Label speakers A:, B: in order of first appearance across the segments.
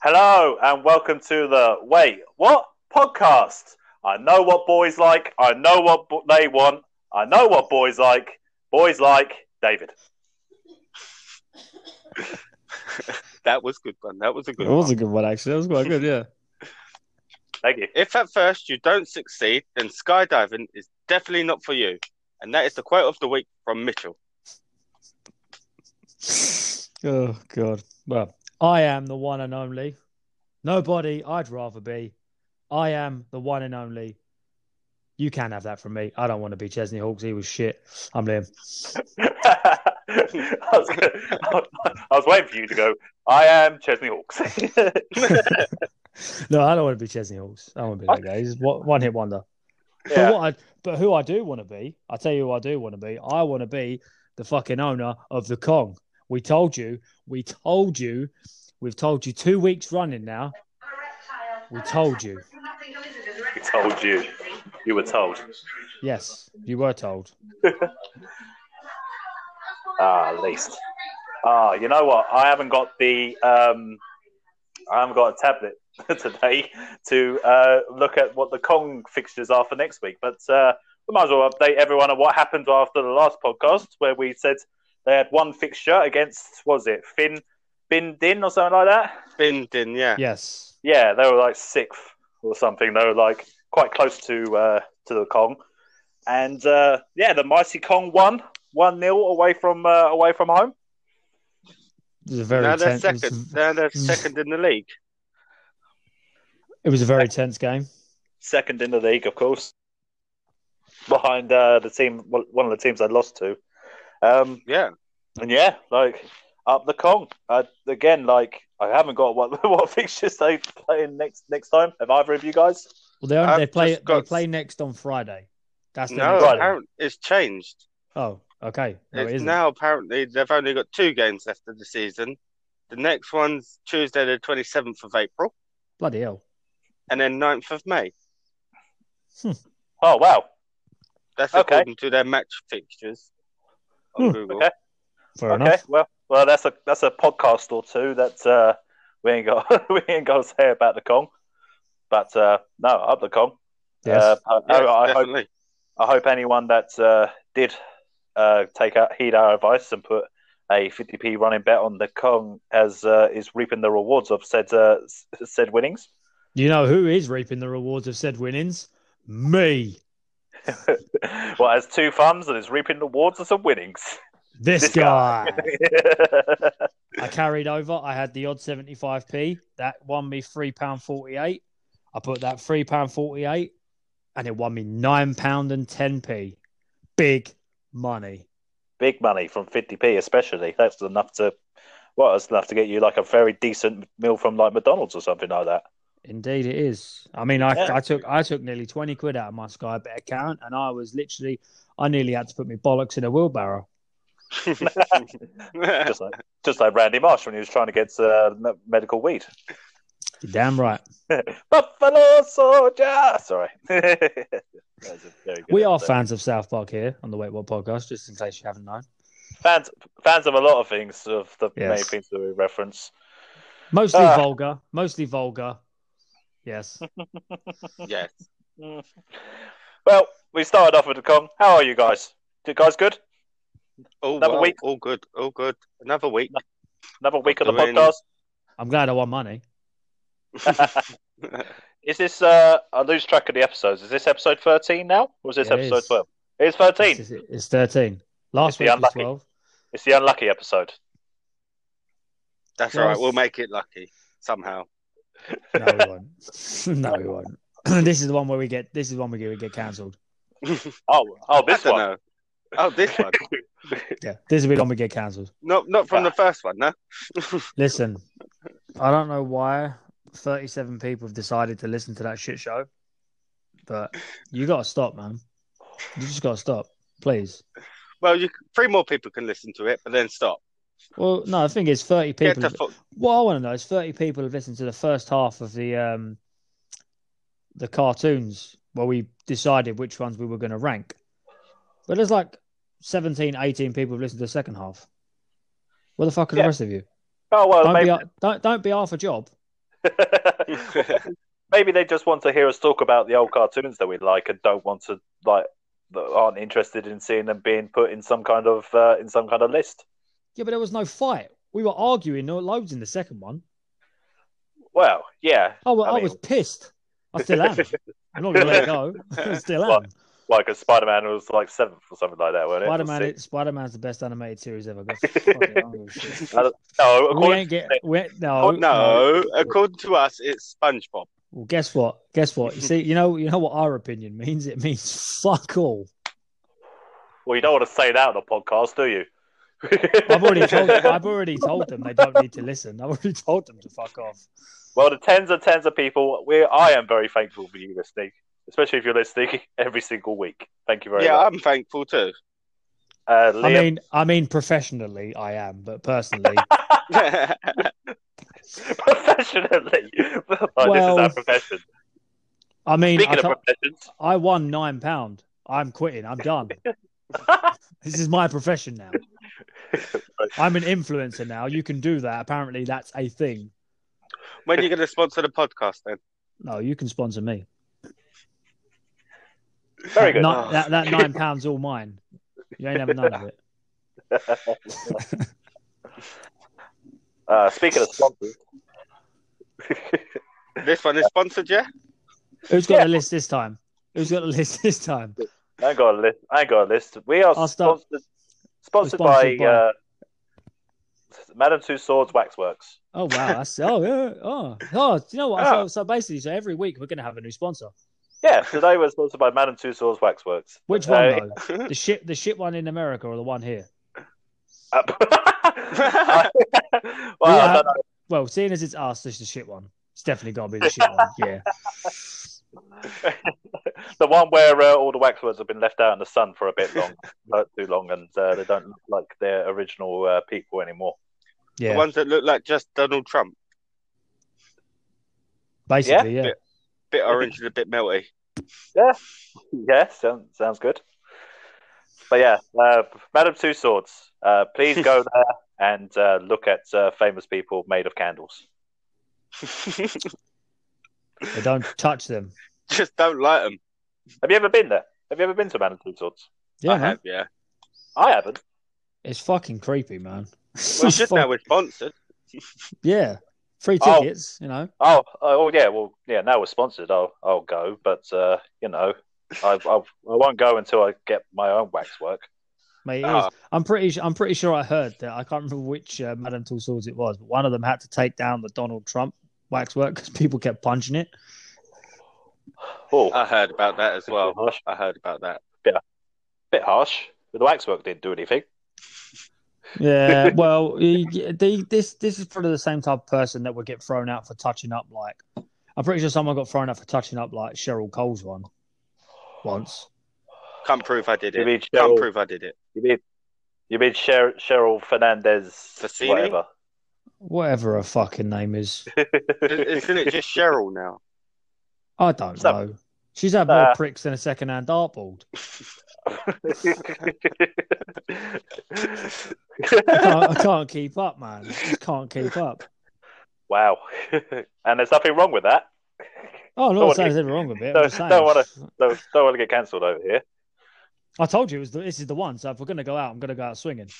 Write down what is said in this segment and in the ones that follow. A: Hello and welcome to the Wait What podcast. I know what boys like. I know what bo- they want. I know what boys like. Boys like David.
B: That was good one. That was a good
C: It was
B: one.
C: a good one, actually. That was quite good, yeah.
A: Thank you.
B: If at first you don't succeed, then skydiving is definitely not for you. And that is the quote of the week from Mitchell.
C: oh, God. Well, I am the one and only. Nobody I'd rather be. I am the one and only. You can have that from me. I don't want to be Chesney Hawks. He was shit. I'm Liam.
A: I, was gonna- I was- I was waiting for you to go. I am Chesney Hawks.
C: No, I don't want to be Chesney Hawks. I don't want to be that guy. He's one one hit wonder.
A: Yeah.
C: But what I, but who I do want to be, I tell you who I do want to be. I want to be the fucking owner of the Kong. We told you, we told you, we've told you two weeks running now. We told you.
A: We told you. You were told.
C: Yes, you were told.
A: Ah, at least. Ah, you know what? I haven't got the um, I haven't got a tablet today to uh, look at what the Kong fixtures are for next week. But uh, we might as well update everyone on what happened after the last podcast, where we said they had one fixture against what was it Finn Bin Din or something like that.
B: Binding, yeah.
C: Yes.
A: Yeah, they were like sixth or something. They were like quite close to uh, to the Kong, and uh, yeah, the mighty Kong won one 0 away from uh, away from home.
C: It was a very
B: now they're
C: tense. It
B: second.
C: was,
B: Now they're second in the league.
C: it was a very tense game.
A: second in the league, of course, behind uh, the team, well, one of the teams I lost to. Um,
B: Yeah.
A: and yeah, like up the Kong uh, again. Like I haven't got what what fixtures they playing next next time. Have either of you guys?
C: Well, they only,
B: I've
C: they play
B: just got-
C: they play next on Friday. That's the
B: No,
C: next one.
B: apparent- it's changed.
C: Oh, okay. No, it
B: it's
C: isn't.
B: now apparently they've only got two games left of the season. The next one's Tuesday, the 27th of April,
C: Bloody hell.
B: and then 9th of May.
A: Oh wow,
B: That's
A: Okay.
B: according to their match fixtures on
C: Hmm,
B: Google.
A: okay.
C: Fair
A: okay,
B: uh,
C: enough.
A: well, well, that's a that's a podcast or two that uh, we ain't got we ain't got to say about the Kong, but uh, no, up the Kong.
C: Yes.
A: Uh, I-
B: Yes,
A: I- I hope
B: definitely.
A: I hope anyone that uh, did uh, take out, heed our advice and put a 50p running bet on the Kong as uh, is reaping the rewards of said uh, s- said winnings.
C: You know who is reaping the rewards of said winnings? Me.
A: well, has two thumbs and is reaping the rewards of some winnings.
C: This,
A: This
C: guy.
A: yeah,
C: I carried over. I had the odd 75p. That won me £3.48. I put that £3.48 and it won me £9.10p. Big money.
A: big money from 50p, especially. That's enough to well, that's enough to get you like a very decent meal from like McDonald's or something like that.
C: Indeed, it is. I mean, I,
A: Yeah.
C: I took I took nearly twenty quid out of my Sky Bet account, and I was literally, I nearly had to put my bollocks in a wheelbarrow.
A: Just like just like Randy Marsh when he was trying to get uh, me- medical weed.
C: You're damn right.
A: Buffalo Soldier. Sorry. That was a very good
C: we are
A: episode.
C: fans of South Park here on the Wait What podcast, just in case you haven't known.
A: fans fans of a lot of things of the main
C: Yes.
A: things that we reference.
C: Mostly
A: Ah.
C: vulgar. Mostly vulgar. Yes.
B: yes.
A: Mm. Well, we started off with the Kong. How are you guys? You guys good?
B: All
A: Another
B: well,
A: week.
B: Oh, All good. All good. Another week.
A: Another week of the
B: Doing-
A: podcast.
C: I'm glad I won money.
A: Is this uh I lose track of the episodes. Is this episode thirteen now? Or is this
C: It
A: episode
C: is.
A: twelve? It's thirteen.
C: It's, it's 13. Last
A: It's the
C: week was
A: unlucky.
C: 12.
A: It's the unlucky episode.
B: That's all right.
C: Yes.
B: We'll make it lucky somehow.
C: No, we won't. no, we won't. this is the one where we get. This is the one where we get cancelled.
A: Oh oh this
B: I don't
A: one.
B: Know. Oh, this one.
C: Yeah, this will be the one we get cancelled.
B: not not from the first one, no.
C: Listen, I don't know why 37 people have decided to listen to that shit show, but you got to stop, man. You just got to stop, please.
B: Well, you three more people can listen to it, but then stop.
C: Well, no, the thing is, 30 people.
B: Get
C: have-
B: the fuck.
C: What I want to know is 30 people have listened to the first half of the um the cartoons where we decided which ones we were going to rank. But there's like 17, 18 people have listened to the second half. Where the fuck are
A: Yeah.
C: the rest of you?
A: Oh well
C: Don't
A: maybe
C: be, a- don't, don't be half a job.
A: Maybe they just want to hear us talk about the old cartoons that we like and don't want to like that aren't interested in seeing them being put in some kind of uh, in some kind of list.
C: Yeah, but there was no fight. We were arguing no loads in the second one.
A: Well, yeah,
C: I, wa-
A: I
C: I
A: mean-
C: was pissed. I still am. I'm not going to let it go. I still am.
A: Well, like a Spider-Man was like seventh or something like that, weren't it? Or
C: Spider Man.
A: sixth?
C: Spider Man's the best animated series ever. Go fuck it, I'm gonna shit.
A: I don't- No,
C: we
A: oh, according
C: ain't get.
A: to-
C: We, no,
B: Oh, no, according to us, it's SpongeBob.
C: Well, guess what? Guess what? You see, you know, you know what our opinion means. It means fuck all.
A: well, you don't want to say that on a podcast, do you?
C: I've already told. I've already told them they don't need to listen. I've already told them to fuck off.
A: Well, the tens and tens of people, we I am very thankful for you listening, especially if you're listening every single week. Thank you very
B: yeah,
A: much.
B: I'm thankful too.
A: Uh,
C: I
A: Liam,
C: mean, I mean, professionally, I am, but personally,
A: professionally, Like,
C: Well,
A: this is our profession.
C: I mean, I,
A: Speaking
C: can't-
A: of professions,
C: I won nine pound. I'm quitting. I'm done. this is my profession now. I'm an influencer now. You can do that. Apparently, that's a thing.
B: when are you going to sponsor the podcast then?
C: No, you can sponsor me.
A: very good.
C: Ni-
B: Oh.
C: that, that nine pounds all mine. You ain't having none of it.
A: Uh, speaking of sponsors,
B: This one is sponsored, yeah?
C: Who's got
A: Yeah.
C: the list this time? Who's got the list this time?
A: I ain't got a list. I ain't got a list. We are
C: I'll start.
A: sponsored, sponsored
C: We're
A: by,
C: sponsored
A: uh, Madame Two Swords Waxworks.
C: Oh wow, that's oh yeah, oh oh. Do you know what?
A: Oh.
C: So, so basically, so every week we're gonna have a new sponsor.
A: Yeah, today we're sponsored by Madame Two Swords Waxworks.
C: Which one
A: Uh,
C: though? the shit, the shit one in America or the one here?
A: Uh, well, I don't know.
C: Well, seeing as it's us, it's the shit one. It's definitely gotta be the shit one. Yeah.
A: the one where uh, all the waxworks have been left out in the sun for a bit long, not too long, and uh, they don't look like their original uh, people anymore.
C: Yeah.
B: The ones that look like just Donald Trump.
C: basically, yeah.
B: Yeah. Bit orange and a bit melty.
A: Yeah, sounds sounds good. But yeah, uh, Madam Two Swords, uh, please go there and uh, look at uh, famous people made of candles.
C: They don't touch them.
B: just don't like them.
A: Have you ever been there? Have you ever been to Madam Two Swords?
C: Yeah,
B: I
C: man.
B: have, yeah.
A: I haven't.
C: It's fucking creepy, man.
B: Well, you should
C: Fuck-
B: know we're sponsored.
C: yeah. Free
A: Oh.
C: tickets, you know.
A: Oh, oh yeah. Well, yeah. Now we're sponsored. I'll I'll go, but uh, you know, I I'll, I won't go until I get my own waxwork.
C: Mate, it is.
B: Ah.
C: I'm pretty. su- I'm pretty sure I heard that. I can't remember which uh, Madame Two Swords it was, but one of them had to take down the Donald Trump waxwork because people kept punching it.
A: Oh,
B: I heard about that as
A: well,
B: Uh, well. I heard about that.
A: bit harsh. But the waxwork didn't do anything.
C: Yeah. well, y- y- the, this this is probably the same type of person that would get thrown out for touching up. Like, I'm pretty sure someone got thrown out for touching up like Cheryl Cole's one once.
B: Can't prove I did
A: You
B: it.
A: mean
B: Can't
A: Cheryl?
B: prove I did it.
A: You mean you mean Cher- Cheryl Fernandez?
B: Fassini?
A: Whatever.
C: Whatever her fucking name is,
B: Isn't it just Cheryl now?
C: I don't
A: So-
C: know. She's had more
A: Uh.
C: pricks than a second-hand dartboard. I can't, I can't keep up, man. I just can't keep up.
A: wow. and there's nothing wrong with that.
C: Oh,
A: Don't
C: I'm not
A: wanna
C: saying
A: get-
C: there's anything wrong with it. I'm
A: don't-
C: just saying.
A: don't wanna- Don't, don't want to get cancelled over here.
C: I told you it was the, this is the one. So if we're gonna go out, I'm gonna go out swinging.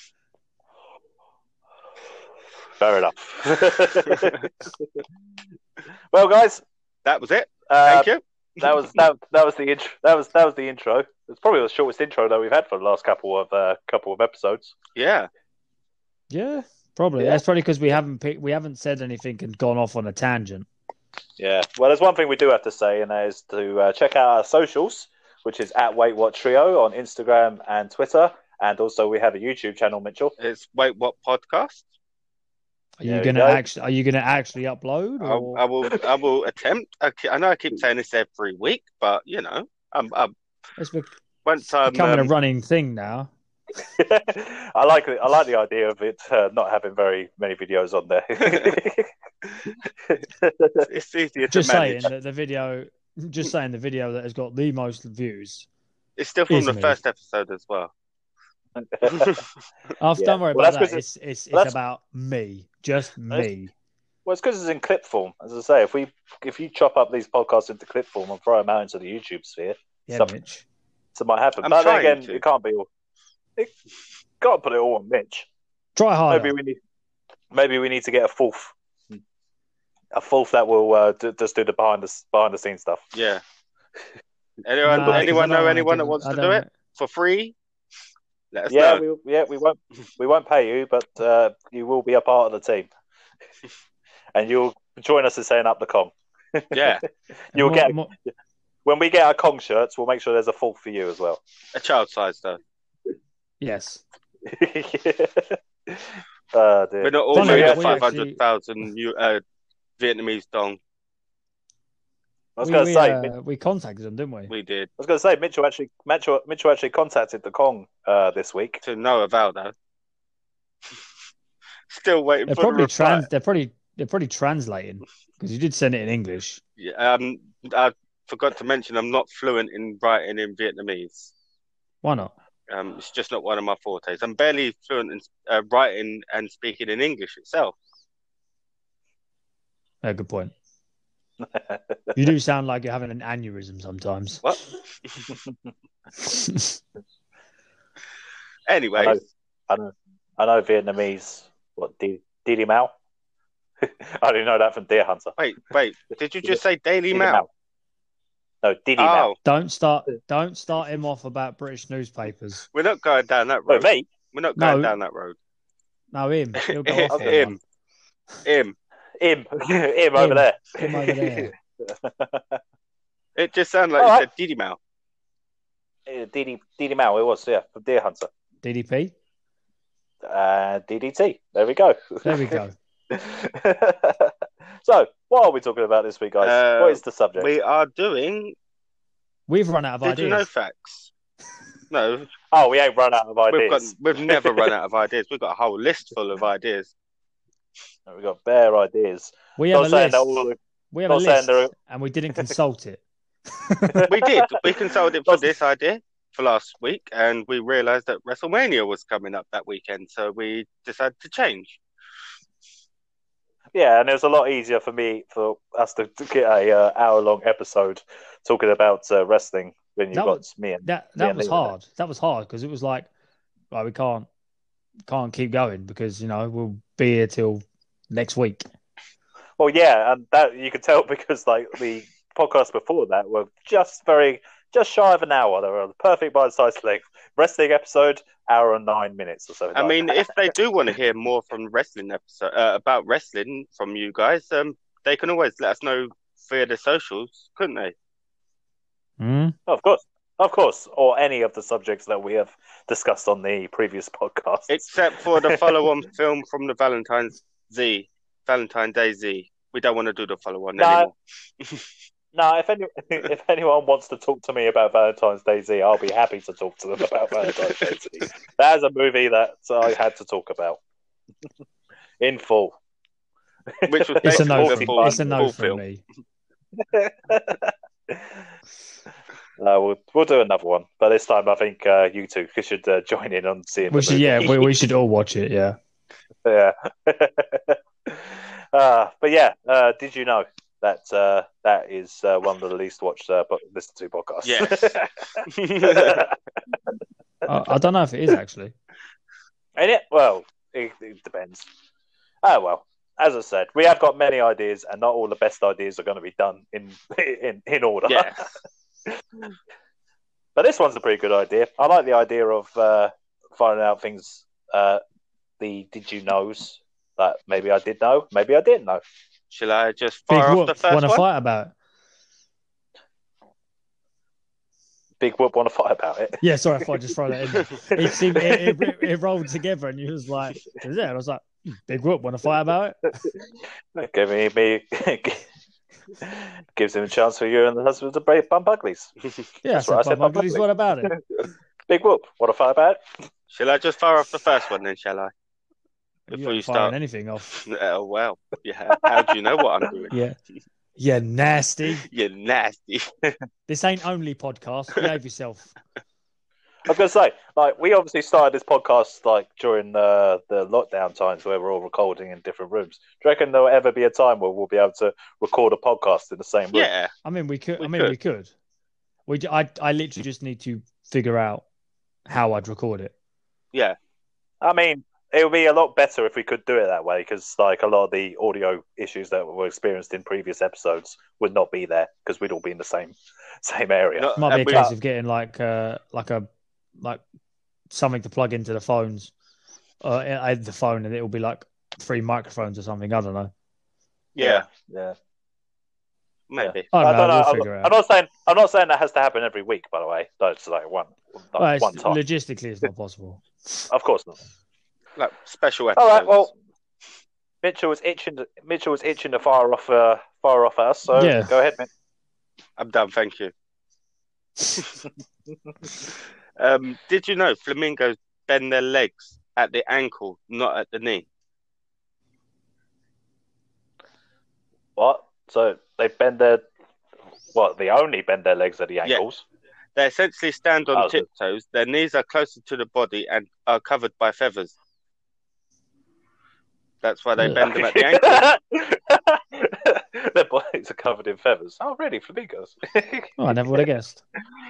A: Fair enough. well, guys,
B: That was it.
A: uh,
B: Thank you.
A: that was that, that was the intro. That was that was the intro. It's probably the shortest intro that we've had for the last couple of uh, couple of episodes.
B: Yeah.
C: Yeah, probably.
A: Yeah.
C: That's probably because we haven't picked, we haven't said anything and gone off on a tangent.
A: Yeah. Well, there's one thing we do have to say, and that is to uh, check out our socials, which is at Wait What Trio on Instagram and Twitter, and also we have a YouTube channel, Mitchell.
B: It's Wait What podcast.
C: Are
A: There
C: you
A: we
C: gonna
A: go.
C: actually? Are you gonna actually upload?
B: I'll,
C: Or...
B: I will. I will attempt. I, ke- I know I keep saying this every week, but you know, I'm, I'm
C: It's bec-
B: once I'm
C: becoming
B: um,
C: a running thing now.
A: I like it. I like the idea of it uh, not having very many videos on there.
B: it's easier to
C: Just saying
B: manage.
C: that the video, just saying the video that has got the most views.
B: It's still from
C: Is
B: the
C: me.
B: first episode as well.
C: I've
A: Yeah.
C: don't worry
A: Well,
C: Oh, about
A: that's
C: that.
A: 'cause
C: It's it's,
A: that's-
C: it's about me, just
A: That's-
C: me.
A: Well, it's because it's in clip form. As I say, if we if you chop up these podcasts into clip form and throw them out into the YouTube sphere,
C: Yeah,
A: Some-
C: Mitch.
A: so it might happen.
B: I'm
A: but then
B: trying
A: again,
B: to.
A: it can't be all. It can't put it all on Mitch.
C: Try harder.
A: Maybe we need. Maybe we need to get a fourth. A fourth that will uh, d- just do the behind the behind the scenes stuff.
B: Yeah. Anyone,
A: Nah,
B: anyone know anyone that wants to do it for free? Let us
A: yeah,
B: know.
A: we yeah we won't we won't pay you, but uh, you will be a part of the team, and you'll join us in setting up the Kong.
B: Yeah,
A: You'll get- When we get our Kong shirts, we'll make sure there's a full for you as well.
B: a child size though.
C: yes.
A: uh,
B: We're
A: dear.
B: not all
A: Funny,
B: made
A: yeah,
B: of
A: we
B: five
A: actually-
B: hundred thousand uh, Vietnamese dong.
A: I was
C: we,
A: going to
C: we,
A: say,
C: uh,
A: Mitch- I
C: we contacted them, didn't we?
B: We did
A: was going to say, Mitchell actually, Mitchell, Mitchell actually contacted the Kong uh, this week.
B: to no avail though. Still waiting
C: they're
B: for the
C: probably
B: reply.
C: trans. They're probably they're probably translating because you did send it in English.
B: Yeah, um, I forgot to mention I'm not fluent in writing in Vietnamese.
C: Why not?
B: Um, it's just not one of my fortes. I'm barely fluent in uh, writing and speaking in English itself.
C: Yeah, good point. you do sound like you're having an aneurysm sometimes.
B: What? anyway,
A: Hello. I know, I know Vietnamese. What Di- Didi Mao? I didn't know that from Deer Hunter.
B: wait, wait. Did you just say Daily
A: Didi
B: Mail?
A: No, Didi Mao.
B: Oh,
C: don't start. Don't start him off about British newspapers.
B: we're not going down that
A: Wait,
B: road.
A: mate,
B: We're not going
C: No.
B: down that road.
C: No, him. He'll go off on
B: Him,
C: one.
B: him.
A: him, him over there.
C: Him over there.
B: It just sounded like you
A: Alright.
B: said Didi Mail.
A: Yeah, Didi, Didi Mao, it was, yeah, from Deer Hunter.
C: DDP.
A: Uh, DDT. There we go.
C: There we go.
A: so, what are we talking about this week, guys?
B: Uh,
A: what is the subject?
B: We are doing.
C: We've run out of
B: Did
C: ideas.
B: you know facts? No,
A: Oh, we ain't run out of
B: we've got.
A: ideas.
B: We've never run out of ideas. We've got a whole list full of ideas.
A: We've got, bare ideas.
C: we have
A: Not
C: a
A: saying
C: list.
A: that all the
C: we have a
A: not saying
C: list,
A: they're-
C: and we didn't consult it.
B: We did. We consulted it for
A: Lots-
B: this idea for last week, and we realized that WrestleMania was coming up that weekend, so we decided to change.
A: Yeah, and it was a lot easier for me for us to, to get a uh, hour long episode talking about uh, wrestling than you
C: That
A: got
C: was-
A: me and
C: That
A: Yeah,
C: that was
A: leave it there.
C: hard. That was hard because it was like, right, we can't can't keep going because you know we'll be here till next week.
A: well, yeah, and that you could tell because like the podcasts before that were just very just shy of an hour. They were the perfect bite sized length wrestling episode, hour and nine minutes or something.
B: I
A: like
B: mean,
A: that.
B: if they do want to hear more from wrestling episode uh, about wrestling from you guys, um, they can always let us know via the socials, couldn't they?
C: Mm?
A: of course. Of course, or any of the subjects that we have discussed on the previous podcast.
B: Except for the follow-on film from the Valentine's Z, Valentine Day Z. We don't want to do the follow-on
A: No.
B: anymore.
A: No, if any, if anyone wants to talk to me about Valentine's Day Z, I'll be happy to talk to them about Valentine's Day Z. That is a movie that I had to talk about in full.
B: Which was
C: It's a
B: basically
C: no.
B: the
C: From,
B: full,
C: it's a no
B: full
C: from
B: film.
C: me.
A: No, Uh, we'll, we'll do another one, but this time I think uh, you two should uh, join in on seeing.
C: We
A: the
C: should,
A: movie.
C: yeah, we, we should all watch it. Yeah.
A: yeah. uh, but yeah, uh, did you know that uh, that is uh, one of the least watched uh, but listened to podcasts?
B: Yes.
C: I, I don't know if it is actually.
A: Ain't it? Well, it, it depends. Oh well. As I said, we have got many ideas, and not all the best ideas are going to be done in in, in order.
B: yeah.
A: But this one's a pretty good idea. I like the idea of uh, finding out things. Uh, the did you knows that maybe I did know, maybe I didn't know.
B: Shall I just
C: Big
B: fire off the
C: whoop.
B: first
C: Want to
B: one?
C: fight about? It.
A: Big whoop want to fight about it.
C: Yeah. Sorry if I just throw that in. there. It seemed it, it, it rolled together, and you was like, "Is it?" And I was like, "Hmm, "Big whoop. Want to fight about it?"
A: Give me, me gives him a chance for you and the husband to break bump uglies.
C: Yeah.
A: That's
C: I said,
A: what I said,
C: "Bum,
A: Bob
C: uglies,
A: Buckley."
C: What about it?
A: Big whoop want to fight about it.
B: Shall I just fire off the first one then? Shall I? Before
C: ain't
B: you
C: firing
B: start.
C: anything off.
B: Oh well. Yeah. How do you know what I'm doing?
C: Yeah. Yeah, nasty.
B: You're nasty.
C: This ain't only podcast. Behave yourself.
A: I was going to say, like, we obviously started this podcast like during the the lockdown times where we're all recording in different rooms. Do you reckon there'll ever be a time where we'll be able to record a podcast in the same room?
B: Yeah.
C: I mean, we could.
B: We
C: I mean, we could. We. j- I. I literally just need to figure out how I'd record it.
A: I mean, it would be a lot better if we could do it that way because, like, a lot of the audio issues that were experienced in previous episodes would not be there because we'd all be in the same same area.
B: No,
C: Might be a
B: and we-
C: case of getting like uh like a like something to plug into the phones, uh, I- I- the phone, and it will be like three microphones or something. I don't know.
B: yeah,
A: yeah.
B: maybe.
C: I don't, know. We'll
A: I'm-
C: figure it
A: I'm,
C: out.
A: not saying I'm not saying that has to happen every week. By the way, that's like one like,
C: Well, it's-
A: one time.
C: logistically, it's not possible.
A: Of course not.
B: Like special
A: All
B: episodes.
A: right. Well, Mitchell was itching. To, Mitchell was itching to fire off. Uh, fire off us. So
C: Yeah.
A: go ahead, Mitch.
B: I'm done. Thank you. um, did you know flamingos bend their legs at the ankle, not at the knee?
A: What? So they bend their. What? They only bend their legs at the
B: Yeah.
A: ankles.
B: They essentially stand on
A: Oh, so-
B: tiptoes. Their knees are closer to the body and are covered by feathers. That's why they
A: Hmm.
C: Yeah.
B: bend them at the ankle.
A: their bodies are covered in feathers. Oh, really? Flamingos.
C: Oh, I never would have guessed.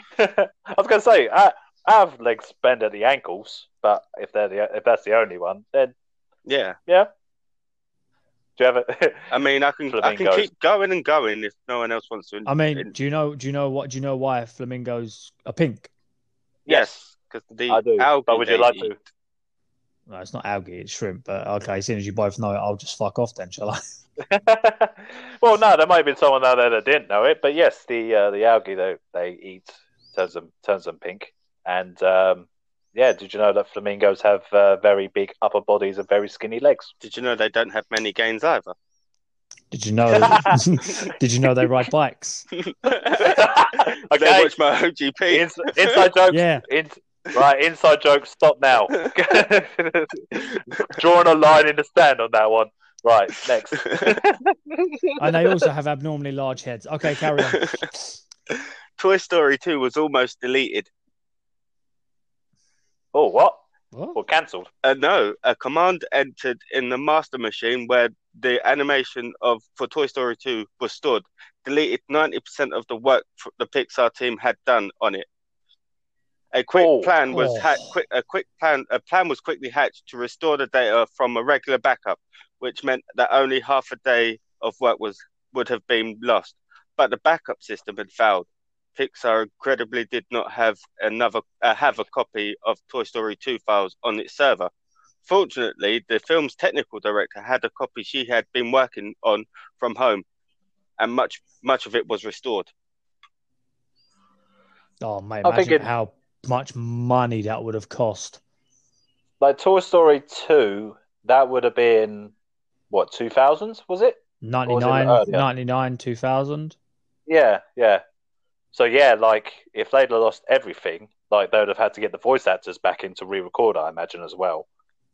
A: I was going to say, I, I have legs bend at the ankles, but if they're the if that's the only one, then
B: Yeah.
A: do you have a
B: I mean, I can I can
A: Flamingos.
B: keep going and going if no one else wants to.
C: I mean, do you know? Do you know what? Do you know why flamingos are pink?
B: yes, because the
A: I do.
B: algae
A: But would you
B: they
A: like
B: eat.
A: to?
C: No, it's not algae, it's shrimp. But okay, seeing as you both know it, I'll just fuck off then, shall I?
A: well, no, there might have been someone out there that didn't know it, but yes, the uh, the algae that they eat turns them turns them pink. And um, yeah, did you know that flamingos have uh, very big upper bodies and very skinny legs?
B: Did you know they don't have many gains either?
C: Did you know? did you know they ride bikes?
B: They
A: okay,
B: watch my OGP.
A: Ins- inside joke.
C: Yeah,
A: In- right, inside joke. Stop now. Drawing a line in the sand on that one. Right, next.
C: and they also have abnormally large heads. Okay, carry on.
B: Toy Story 2 was almost deleted.
A: Oh, what?
C: What?
A: Well, cancelled.
B: Uh, no, a command entered in the master machine where the animation of for Toy Story 2 was stored, deleted 90% of the work f- the Pixar team had done on it. A quick
A: Oh.
B: plan was
C: Oh.
B: ha- quick, a quick plan a plan was quickly hatched to restore the data from a regular backup, which meant that only half a day of work was would have been lost. But the backup system had failed. Pixar incredibly did not have another uh, have a copy of Toy Story 2 files on its server. Fortunately, the film's technical director had a copy she had been working on from home, and much much of it was restored.
C: Oh mate,
A: I'm
C: imagine
A: thinking-
C: how much money that would have cost.
A: Like Toy Story two, that would have been what two thousands? Was it?
C: 99,
A: earlier?
C: 99 2000.
A: Yeah, yeah. So yeah, like if they'd have lost everything, like they'd have had to get the voice actors back in to re-record, I imagine as well.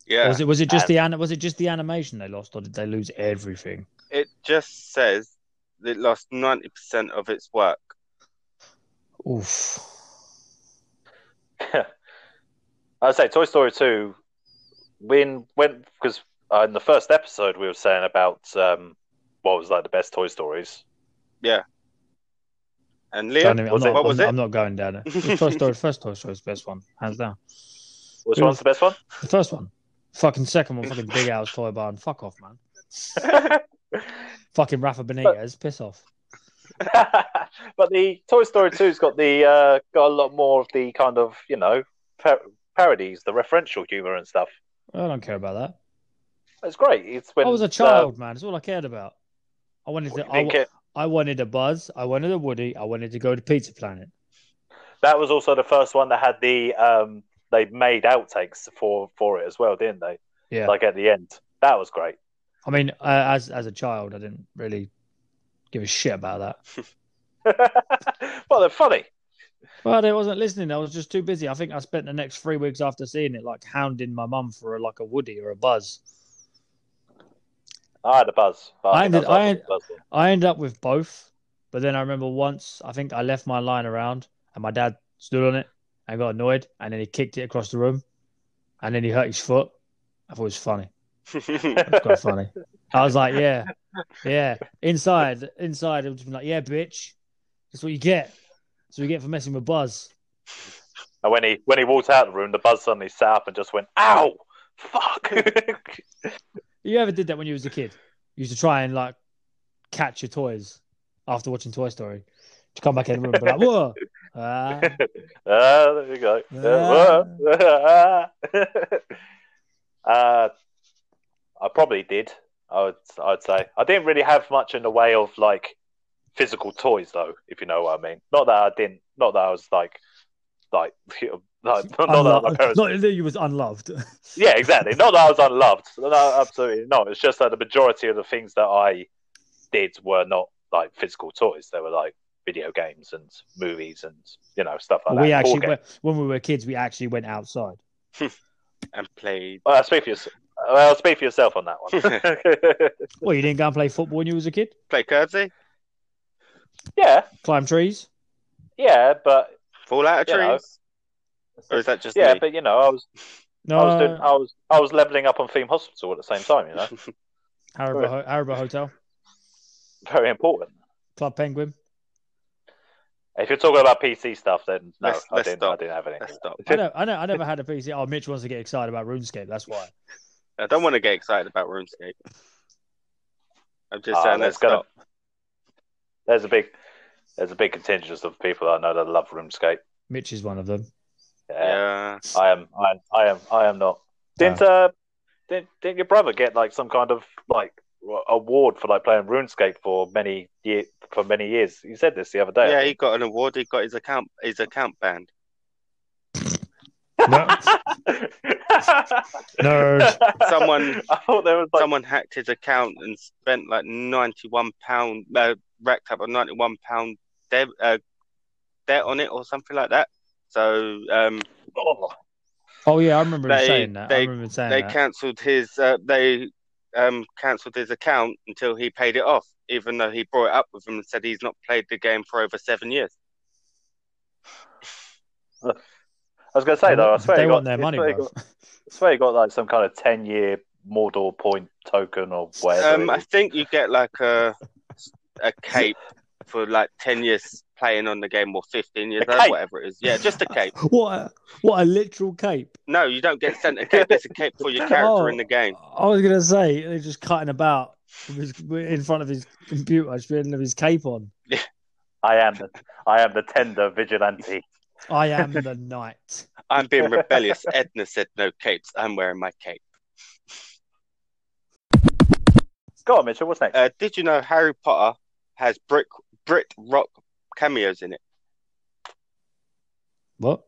B: Yeah,
C: Was it? Was it just
A: And-
C: the an? Was it just the animation they lost, or did they lose everything?
B: it just says it lost ninety percent of its work.
C: Oof.
A: I would say Toy Story two, when when because uh, in the first episode we were saying about um, what was like the best Toy Stories.
B: And
C: Don't
B: Leon,
C: even- I'm,
A: was
C: not,
A: it-
B: what
C: I'm
B: was
C: not-
B: it?
C: I'm not going down it. The first Story, first Toy Story's the best one, hands down.
A: Which
C: It
A: one's
C: was-
A: the best one?
C: The first one. Fucking second one, fucking Big House Toy Barn. Fuck off, man. Fucking Rafa Benitez, piss off.
A: but the Toy Story two's got the uh, got a lot more of the kind of you know par- parodies, the referential humor and stuff.
C: I don't care about that.
A: It's great. It's when
C: I was a
A: uh,
C: child, man. That's all I cared about. I wanted
A: what do
C: to.
A: you
C: I,
A: think
C: wa-
A: it-
C: I wanted a Buzz. I wanted a Woody. I wanted to go to Pizza Planet.
A: that was also the first one that had the um, they made outtakes for for it as well, didn't they?
C: Yeah.
A: Like at the end, that was great.
C: I mean, uh, as as a child, I didn't really give a shit about that.
A: well, they're funny.
C: But I wasn't listening. I was just too busy. I think I spent the next three weeks after seeing it, like hounding my mum for a, like a Woody or a Buzz.
A: I had a buzz. but
C: I
A: think was
C: did-
A: after
C: I-
A: the buzz one.
C: I ended up with both, but then I remember once I think I left my line around and my dad stood on it and got annoyed, and then he kicked it across the room, and then he hurt his foot. I thought it was funny. It was quite funny. I was like, yeah, yeah. Inside, inside, it would just be like, yeah, bitch. That's what you get. That's what you get for messing with Buzz.
A: And when he when he walked out of the room, the buzz suddenly sat up and just went, "Ow, fuck!"
C: You ever did that when you was a kid? You used to try and like catch your toys after watching Toy Story. To come back in the room, and be like, whoa. Ah.
A: Ah, there you go.
C: Ah.
A: uh, I probably did. I would, I'd say I didn't really have much in the way of like physical toys, though. If you know what I mean. Not that I didn't. Not that I was like, like, like not that my
C: Unloved.
A: parents.
C: Not that you was unloved.
A: Yeah, exactly. Not that I was unloved. No, absolutely not. It's just that the majority of the things that I did were not like physical toys. They were like video games and movies and you know stuff like
C: we
A: that. Board
C: actually,
A: games.
C: went, when we were kids, we actually went outside.
B: and played.
A: Well, speak for yourself. Well, speak for yourself on that one.
C: Well, you didn't go and play football when you was a kid.
B: Play curtsy,
A: yeah,
C: Climb trees.
A: yeah, but
B: fall out of
A: You know.
B: trees. Or is that just
A: yeah,
B: me?
A: but you know, I was,
C: No,
A: I was doing, I was, I was leveling up on theme hospital at the same time. You know,
C: Haribo, Ho- Haribo Hotel,
A: very important.
C: Club Penguin.
A: If you're talking about PC stuff, then no,
B: Let's-
A: I
B: let's
A: didn't. I
B: stop.
A: didn't have any.
B: Let's Uh, stop.
C: I know, I know, I never had a PC. Oh, Mitch wants to get excited about RuneScape. That's why.
B: I don't want to get excited about RuneScape. I'm just
A: Ah,
B: saying
A: that's
B: let's
A: gonna-
B: stop.
A: There's a big, there's a big contingent of people I know that love RuneScape.
C: Mitch is one of them.
A: Yeah,
B: Yeah.
A: I am. I am. I am. I am not. Didn't uh, didn't, didn't your brother get like some kind of like award for like playing RuneScape for many year for many years? You said this the other day. I
B: Yeah,
A: think.
B: he got an award. He got his account his account banned.
C: No, nerd.
B: Someone-
A: I thought there was like
B: Someone hacked his account and spent like ninety one pound uh, racked up a ninety one pound debt uh, debt on it or something like that. So um,
A: oh,
C: Oh yeah, I remember him
B: They-
C: saying that. I
B: they-
C: remember him saying
B: they
C: that.
B: cancelled his uh, they um, cancelled his account until he paid it off, even though he brought it up with him and said he's not played the game for over seven years.
A: I was gonna say
C: They
A: though. I
C: want-
A: swear
C: they
A: he
C: want
A: got,
C: their
A: I
C: money,
A: swear he
C: bruv.
A: got- I swear he got like some kind of ten year Mordor point token or whatever.
B: Um,
A: it
B: I
A: is.
B: think you get like a a cape for like ten years playing on the game or fifteen years,
A: A
B: or
A: cape?
B: whatever it is. Yeah, just a cape.
C: What? A, what a literal cape.
B: No, you don't get sent a cape. It's a cape for your character
C: Oh.
B: in the game.
C: I was gonna say they're just cutting about with his- in front of his computer, just in front of his cape on.
A: I am. The, I am the tender vigilante.
C: I am the knight.
B: I'm being rebellious. Edna said no capes. I'm wearing my cape.
A: Go on, Mitchell. What's next?
B: Uh, did you know Harry Potter has brick Brit Rock cameos in it?
C: What?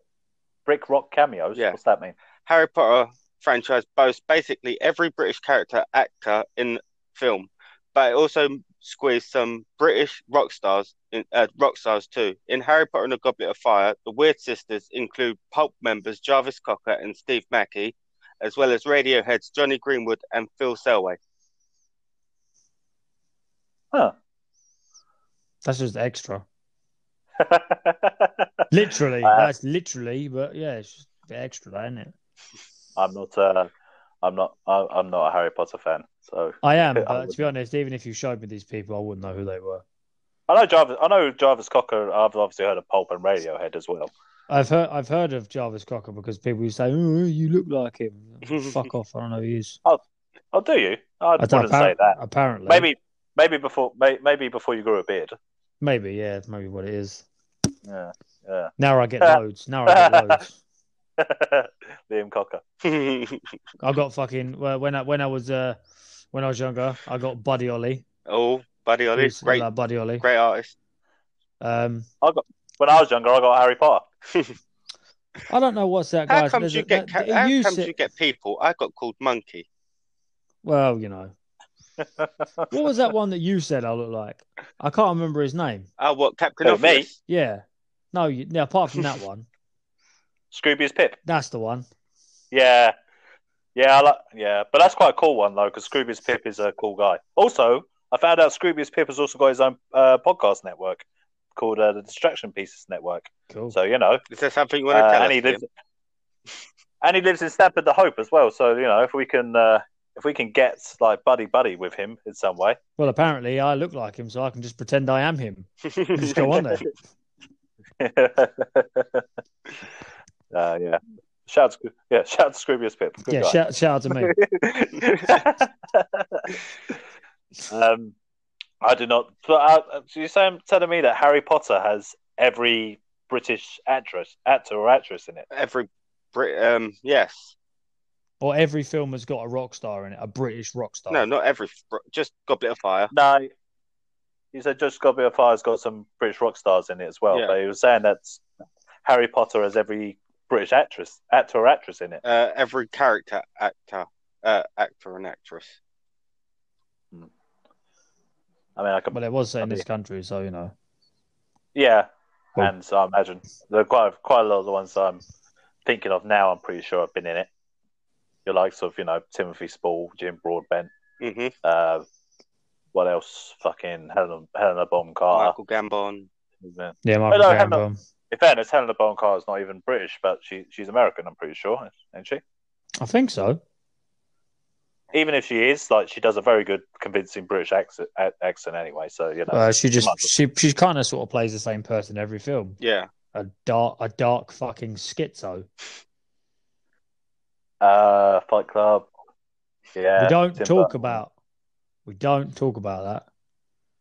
A: Brick Rock cameos.
B: yeah.
A: What's that mean?
B: Harry Potter franchise boasts basically every British character actor in film, but it also squeezed some British rock stars in uh, rock stars too. In Harry Potter and the Goblet of Fire, the Weird Sisters include Pulp members Jarvis Cocker and Steve Mackey, as well as Radiohead's Johnny Greenwood and Phil Selway.
C: That's just extra.
A: I'm
C: Literally,
A: Uh,
C: that's literally, but yeah, it's just a bit extra, that, isn't it?
A: not. Uh, I'm not. I, I'm not a Harry Potter fan. So
C: I am,
A: I
C: but to
A: wouldn't.
C: be honest, even if you showed me these people, I wouldn't know who they were.
A: I know Jarvis. I know Jarvis Cocker. I've obviously heard of Pulp and Radiohead as well.
C: I've heard, I've heard of Jarvis Cocker because people who say, "Oh, you look like him." Fuck off! I don't know who he is.
A: Oh, do you? I,
C: I don't-
A: wouldn't say
C: appar-
A: that.
C: Apparently,
A: Maybe. Maybe before. May, maybe before you grew a beard.
C: maybe, yeah, maybe what it is.
A: Yeah. Yeah.
C: Now I get loads. Now I get loads.
A: Liam Cocker.
C: I got fucking well, when I when I was uh when I was younger, I got Buddy Ollie.
B: oh, Buddy Ollie,
C: Who's- I
B: great,
C: like Buddy Ollie.
B: great artist.
C: Um,
A: When I was younger, I got Harry Potter.
C: I don't know what's that guy.
B: How comes you get ca- how comes you get people? I got called monkey.
C: Well, you know. what was that one that you said I look like? I can't remember his name.
B: Oh, what Captain
A: Who, me?
B: Obvious?
C: Yeah. No, you, no, apart from that one,
A: Scooby's Pip.
C: that's the one.
A: Yeah, yeah, I like, yeah, but that's quite a cool one though, because Scroobius Pip is a cool guy. Also, I found out Scroobius Pip has also got his own uh, podcast network called uh, the Distraction Pieces Network.
C: Cool.
A: So you know,
B: Is there something you want to
A: uh,
B: tell
A: and he
B: us,
A: lives,
B: Ian?
A: and he lives in Stamford the Hope as well. So you know, if we can, uh, if we can get like buddy buddy with him in some way,
C: well, apparently I look like him, so I can just pretend I am him. Just go on there.
A: uh, yeah. Shout, to- yeah, shout to Scroobius Pip. Good
C: yeah,
A: guy.
C: shout, shout out to me.
A: um, I do not. So, uh, so you're saying, telling me that Harry Potter has every British actress, actor or actress in it?
B: Every Brit, um, yes,
C: or every film has got a rock star in it, a British rock star.
B: no, not every, Br- just Goblet of Fire.
A: No. You said Judge Scott of Fire's got some British rock stars in it as well,
B: Yeah.
A: but he was saying that Harry Potter has every British actress, actor or actress in it.
B: Uh, every character, actor, uh, actor and actress.
A: I mean, I can,
C: Well, it was in
A: I
C: this
A: mean-
C: country, so you know.
A: yeah,
C: Cool.
A: and so I imagine there are quite quite a lot of the ones I'm thinking of now. I'm pretty sure I've been in it. Your likes of you know Timothy Spall, Jim Broadbent,
B: hmm
A: uh, what else? Fucking Helena Helena Bonham Carter.
B: Michael Gambon.
A: isn't it?
C: Yeah, Michael
A: no, hang
C: Gambon.
A: In fairness, Helena Bonham Carter's not even British, but she she's American. I'm pretty sure, isn't she?
C: I think so.
A: even if she is, like, she does a very good, convincing British accent, a- accent anyway. So you know,
C: Uh, she just
A: might be.
C: she she kind of sort of plays the same person in every film.
B: Yeah,
C: A dark a dark fucking schizo.
A: uh, Fight Club. Yeah,
C: we don't
A: Tim
C: talk
A: Burton.
C: about we don't talk about that.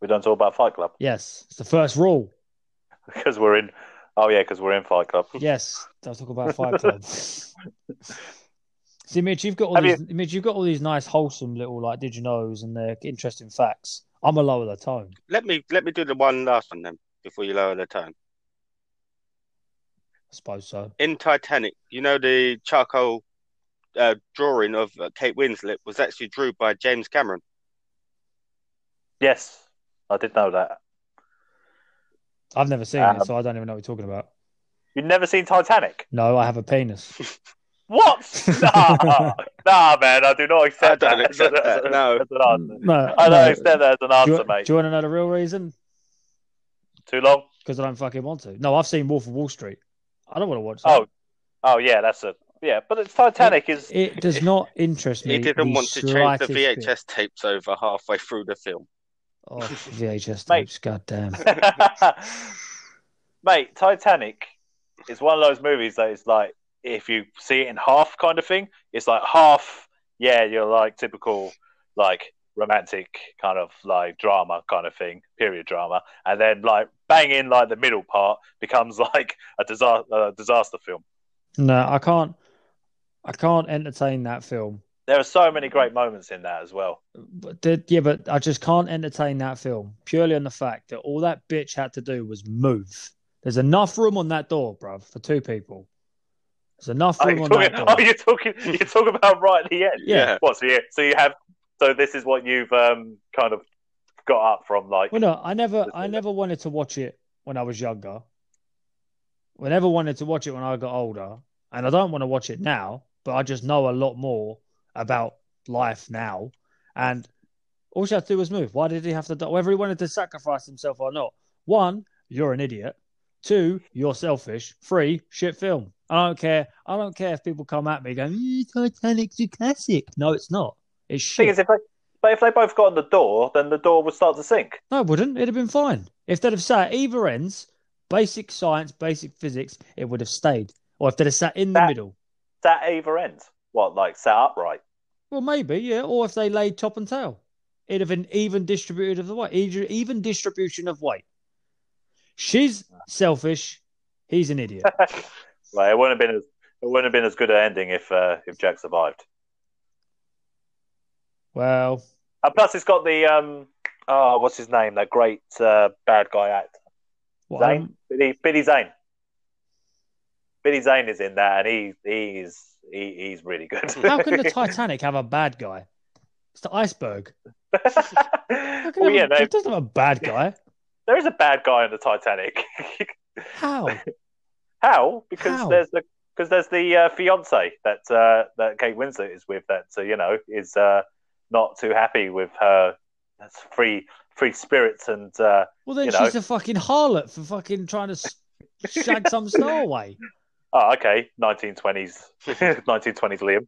A: we don't talk about Fight Club
C: Yes, it's the first rule.
A: because we're in. Oh yeah, because we're in Fight Club.
C: Yes, don't talk about Fight Club. See, Mitch, you've got all
A: Have you-
C: these. Mitch, you've got all these nice, wholesome little like did you knows and they're interesting facts. I'm a lower the tone.
B: let me let me do the one last one then before you lower the tone.
C: I suppose so.
B: In Titanic, you know the charcoal uh, drawing of uh, Kate Winslet was actually drew by James Cameron.
A: Yes, I did know that.
C: I've never seen
A: Um,
C: it, so I don't even know what you're talking about.
A: You've never seen Titanic?
C: No, I have a penis.
A: What? nah, nah, man, I do not accept
B: I don't
A: that.
B: accept
A: as,
B: that, no.
A: as an answer.
C: No, Mm.
A: I
C: no.
A: don't accept that as an
C: do,
A: answer,
C: you,
A: mate.
C: do you want to know the real reason?
A: Too long?
C: Because I don't fucking want to. No, I've seen Wolf of Wall Street. I don't want to watch that.
A: Oh, oh yeah, that's a yeah. But it's Titanic is
C: It does not interest me.
B: He didn't
C: the
B: want to change the
C: slightest bit.
B: VHS tapes over halfway through the film.
C: Oh, VHS
A: Mate.
C: tapes, goddamn.
A: Mate, Titanic is one of those movies that is like if you see it in half kind of thing, it's like half yeah, you're like typical like romantic kind of like drama kind of thing, period drama, and then like bang in like the middle part becomes like a disaster uh, disaster film.
C: No, I can't. I can't entertain that film.
A: There are so many great moments in that as well.
C: But the, yeah, but I just can't entertain that film purely on the fact that all that bitch had to do was move. There's enough room on that door, bruv, for two people. There's enough
A: Are
C: room
A: you
C: on
A: talking,
C: that door.
A: oh, you're talking you're talking about right at the end.
C: Yeah.
A: What so you so you have so this is what you've um kind of got up from like
C: Well, no, I never,
A: Just
C: I
A: like that.
C: never wanted to watch it when I was younger. I never wanted to watch it when I got older, and I don't want to watch it now. But I just know a lot more about life now, and all she had to do was move. Why did he have to? do- Whether he wanted to sacrifice himself or not. One, you're an idiot. Two, you're selfish. Three, shit film. I don't care. I don't care if people come at me going, "Eh, "Titanic's a classic." No, it's not. It's
A: thing
C: shit.
A: is, if they, but if they both got on the door, then the door would start to sink.
C: No, it wouldn't. It'd have been fine. If they'd have sat at either ends, basic science, basic physics, it would have stayed. Or if they'd have sat in the
A: That-
C: middle.
A: Sat either end. What, like sat upright?
C: Well, maybe, yeah. Or if they laid top and tail, it'd have been even distributed of the weight, even even distribution of weight. She's selfish. He's an idiot.
A: Like it wouldn't have been as it wouldn't have been as good an ending if uh, if Jack survived.
C: well,
A: And plus, it's got the um oh, what's his name? That great uh, bad guy actor,
C: what,
A: Zane,
C: um,
A: Billy, Billy Zane. Billy Zane is in that, and he he's he, he's really good.
C: how can the Titanic have a bad guy? It's the iceberg. How can
A: well,
C: it,
A: yeah,
C: have a-
A: no,
C: it doesn't have a bad guy.
A: there is a bad guy in the Titanic.
C: How?
A: How? Because
C: How?
A: there's the because there's the uh, fiance that uh, that Kate Winslet is with that uh, you know is uh, not too happy with her that's free free spirits and uh,
C: Well, then
A: you
C: she's a fucking harlot for fucking trying to s- shag some star away.
A: oh, okay, 1920s, 1920s Liam.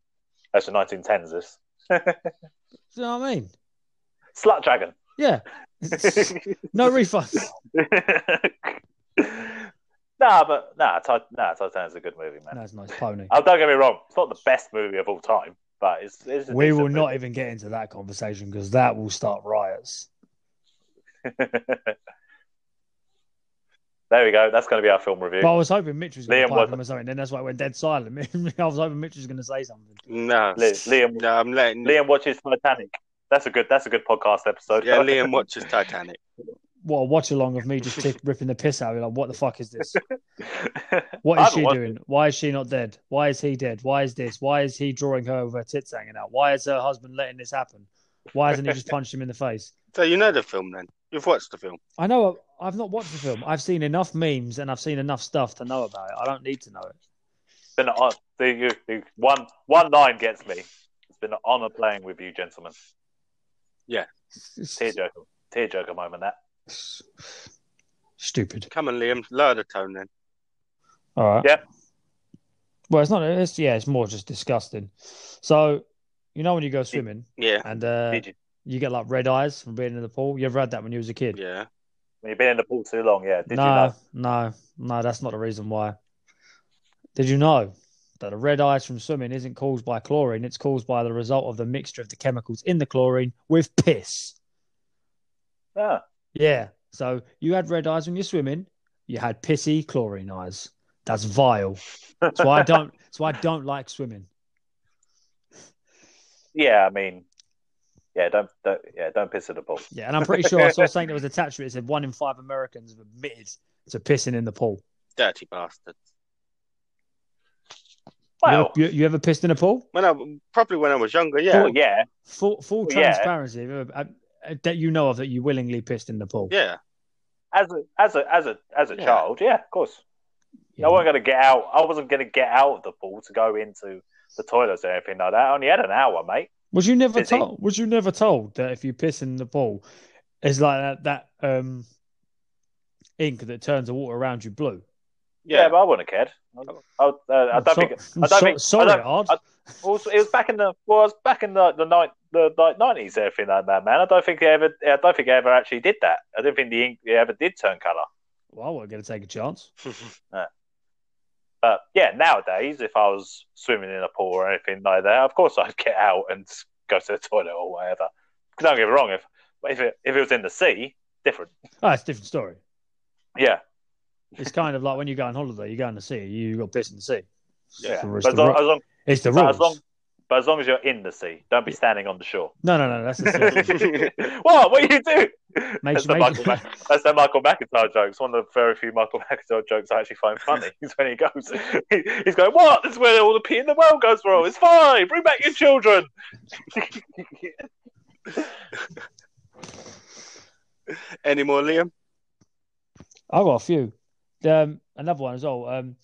A: Actually, 1910s. This
C: Do you know what I mean?
A: slut dragon.
C: Yeah. no refunds.
A: nah, but nah, Tit- nah, Titanic's a good movie, man.
C: That's a nice pony.
A: Oh, don't get me wrong, it's not the best movie of all time, but it's. it's a
C: We
A: decent
C: will not
A: movie.
C: even get into that conversation because that will start riots.
A: there we go. That's going to be our film review.
C: But I was hoping Mitch was going
A: Liam
C: to pipe
A: was-
C: him or something. Then that's why it went dead silent. I was hoping Mitch was going to say something.
B: No,
A: Li- Liam,
B: no, I'm letting.
A: Liam watches Titanic. That's a good. That's a good podcast episode.
B: yeah, Liam watches Titanic.
C: What a watch along of me just tick, ripping the piss out of you. Like, what the fuck is this? What
A: I
C: is
A: haven't
C: she
A: watched
C: doing? Why is she not dead? Why is he dead? Why is this? Why is he drawing her with her tits hanging out? Why is her husband letting this happen? Why hasn't he just punched him in the face?
B: So you know the film then? You've watched the film.
C: I know I've not watched the film. I've seen enough memes and I've seen enough stuff to know about it. I don't need to know it.
A: It's been an hon- the, you, you, one one line gets me. It's been an honor playing with you, gentlemen. Tearjerker, tearjerker moment. That
C: Stupid.
B: Come on, Liam, lower the tone then.
C: All right.
A: Yeah.
C: Well, it's not. It's yeah. It's more just disgusting. So, you know when you go swimming
B: Yeah,
C: and uh,
A: Did you-
C: you get like red eyes from being in the pool. You ever had that when you was a kid?
B: yeah.
A: when you've been in the pool too long, yeah. Did
C: no,
A: you know?
C: no, no. That's not the reason why. Did you know that the red eyes from swimming isn't caused by chlorine? It's caused by the result of the mixture of the chemicals in the chlorine with piss.
A: Ah,
C: Yeah. So you had red eyes when you're swimming. You had pissy chlorine eyes. That's vile. So I don't. so I don't like swimming.
A: yeah, I mean, yeah. Don't, don't yeah. Don't piss in the pool.
C: Yeah, and I'm pretty sure I saw something that was attached to it. It said one in five Americans have admitted to pissing in the pool.
B: Dirty bastard.
C: You
A: Well,
C: ever- you, you ever pissed in a pool?
B: When I probably when I was younger, yeah,
A: yeah. Well, yeah.
C: Full, full
A: Well, yeah.
C: transparency have you ever- uh, uh, that you know of that you willingly pissed in the pool.
B: yeah.
A: As a as a as a as a
B: Yeah.
A: child, yeah, of course. I wasn't gonna get out. I wasn't gonna get out of the pool to go into the toilets or anything like that. I only had an hour, mate.
C: Was you never
A: Busy.
C: told? Was you never told that if you piss in the pool, it's like that that um ink that turns the water around you blue.
A: Yeah,
B: Yeah,
A: but I wouldn't have cared. I, I, uh, I don't
C: So-
A: think. I don't
C: so-
A: think- I
C: sorry,
A: don't-
C: Ard.
A: I- Also, it was back in the well, it was back in the the night the like nineties everything like that, man. I don't think they ever. I don't think they ever actually did that. I don't think the ink ever did turn color.
C: Well, I wasn't going to take a chance.
A: But yeah, nowadays, if I was swimming in a pool or anything like that, of course I'd get out and go to the toilet or whatever. 'Cause Don't get me wrong. If if it, if it was in the sea, different.
C: Oh, it's a different story.
A: Yeah,
C: It's kind of like when you go on holiday, you go in the sea, you got pissed in the sea.
A: yeah.
C: It's
A: But
C: the,
A: as long,
C: ru-
A: as long
C: it's the
A: but
C: rules.
A: as long- but as long as you're in the sea, don't be standing on the shore.
C: No, no, no. That's the same.
A: what? What do you do? that's,
C: Makes you
A: the
C: make-
A: Michael Mac- that's the Michael McIntyre jokes. One of the very few Michael McIntyre jokes I actually find funny is when he goes, he- he's going, "What? This is where all the pee in the world goes wrong. It's fine. Bring back your children."
B: Any more, Liam?
C: I've got a few. Um, another one as well. Um,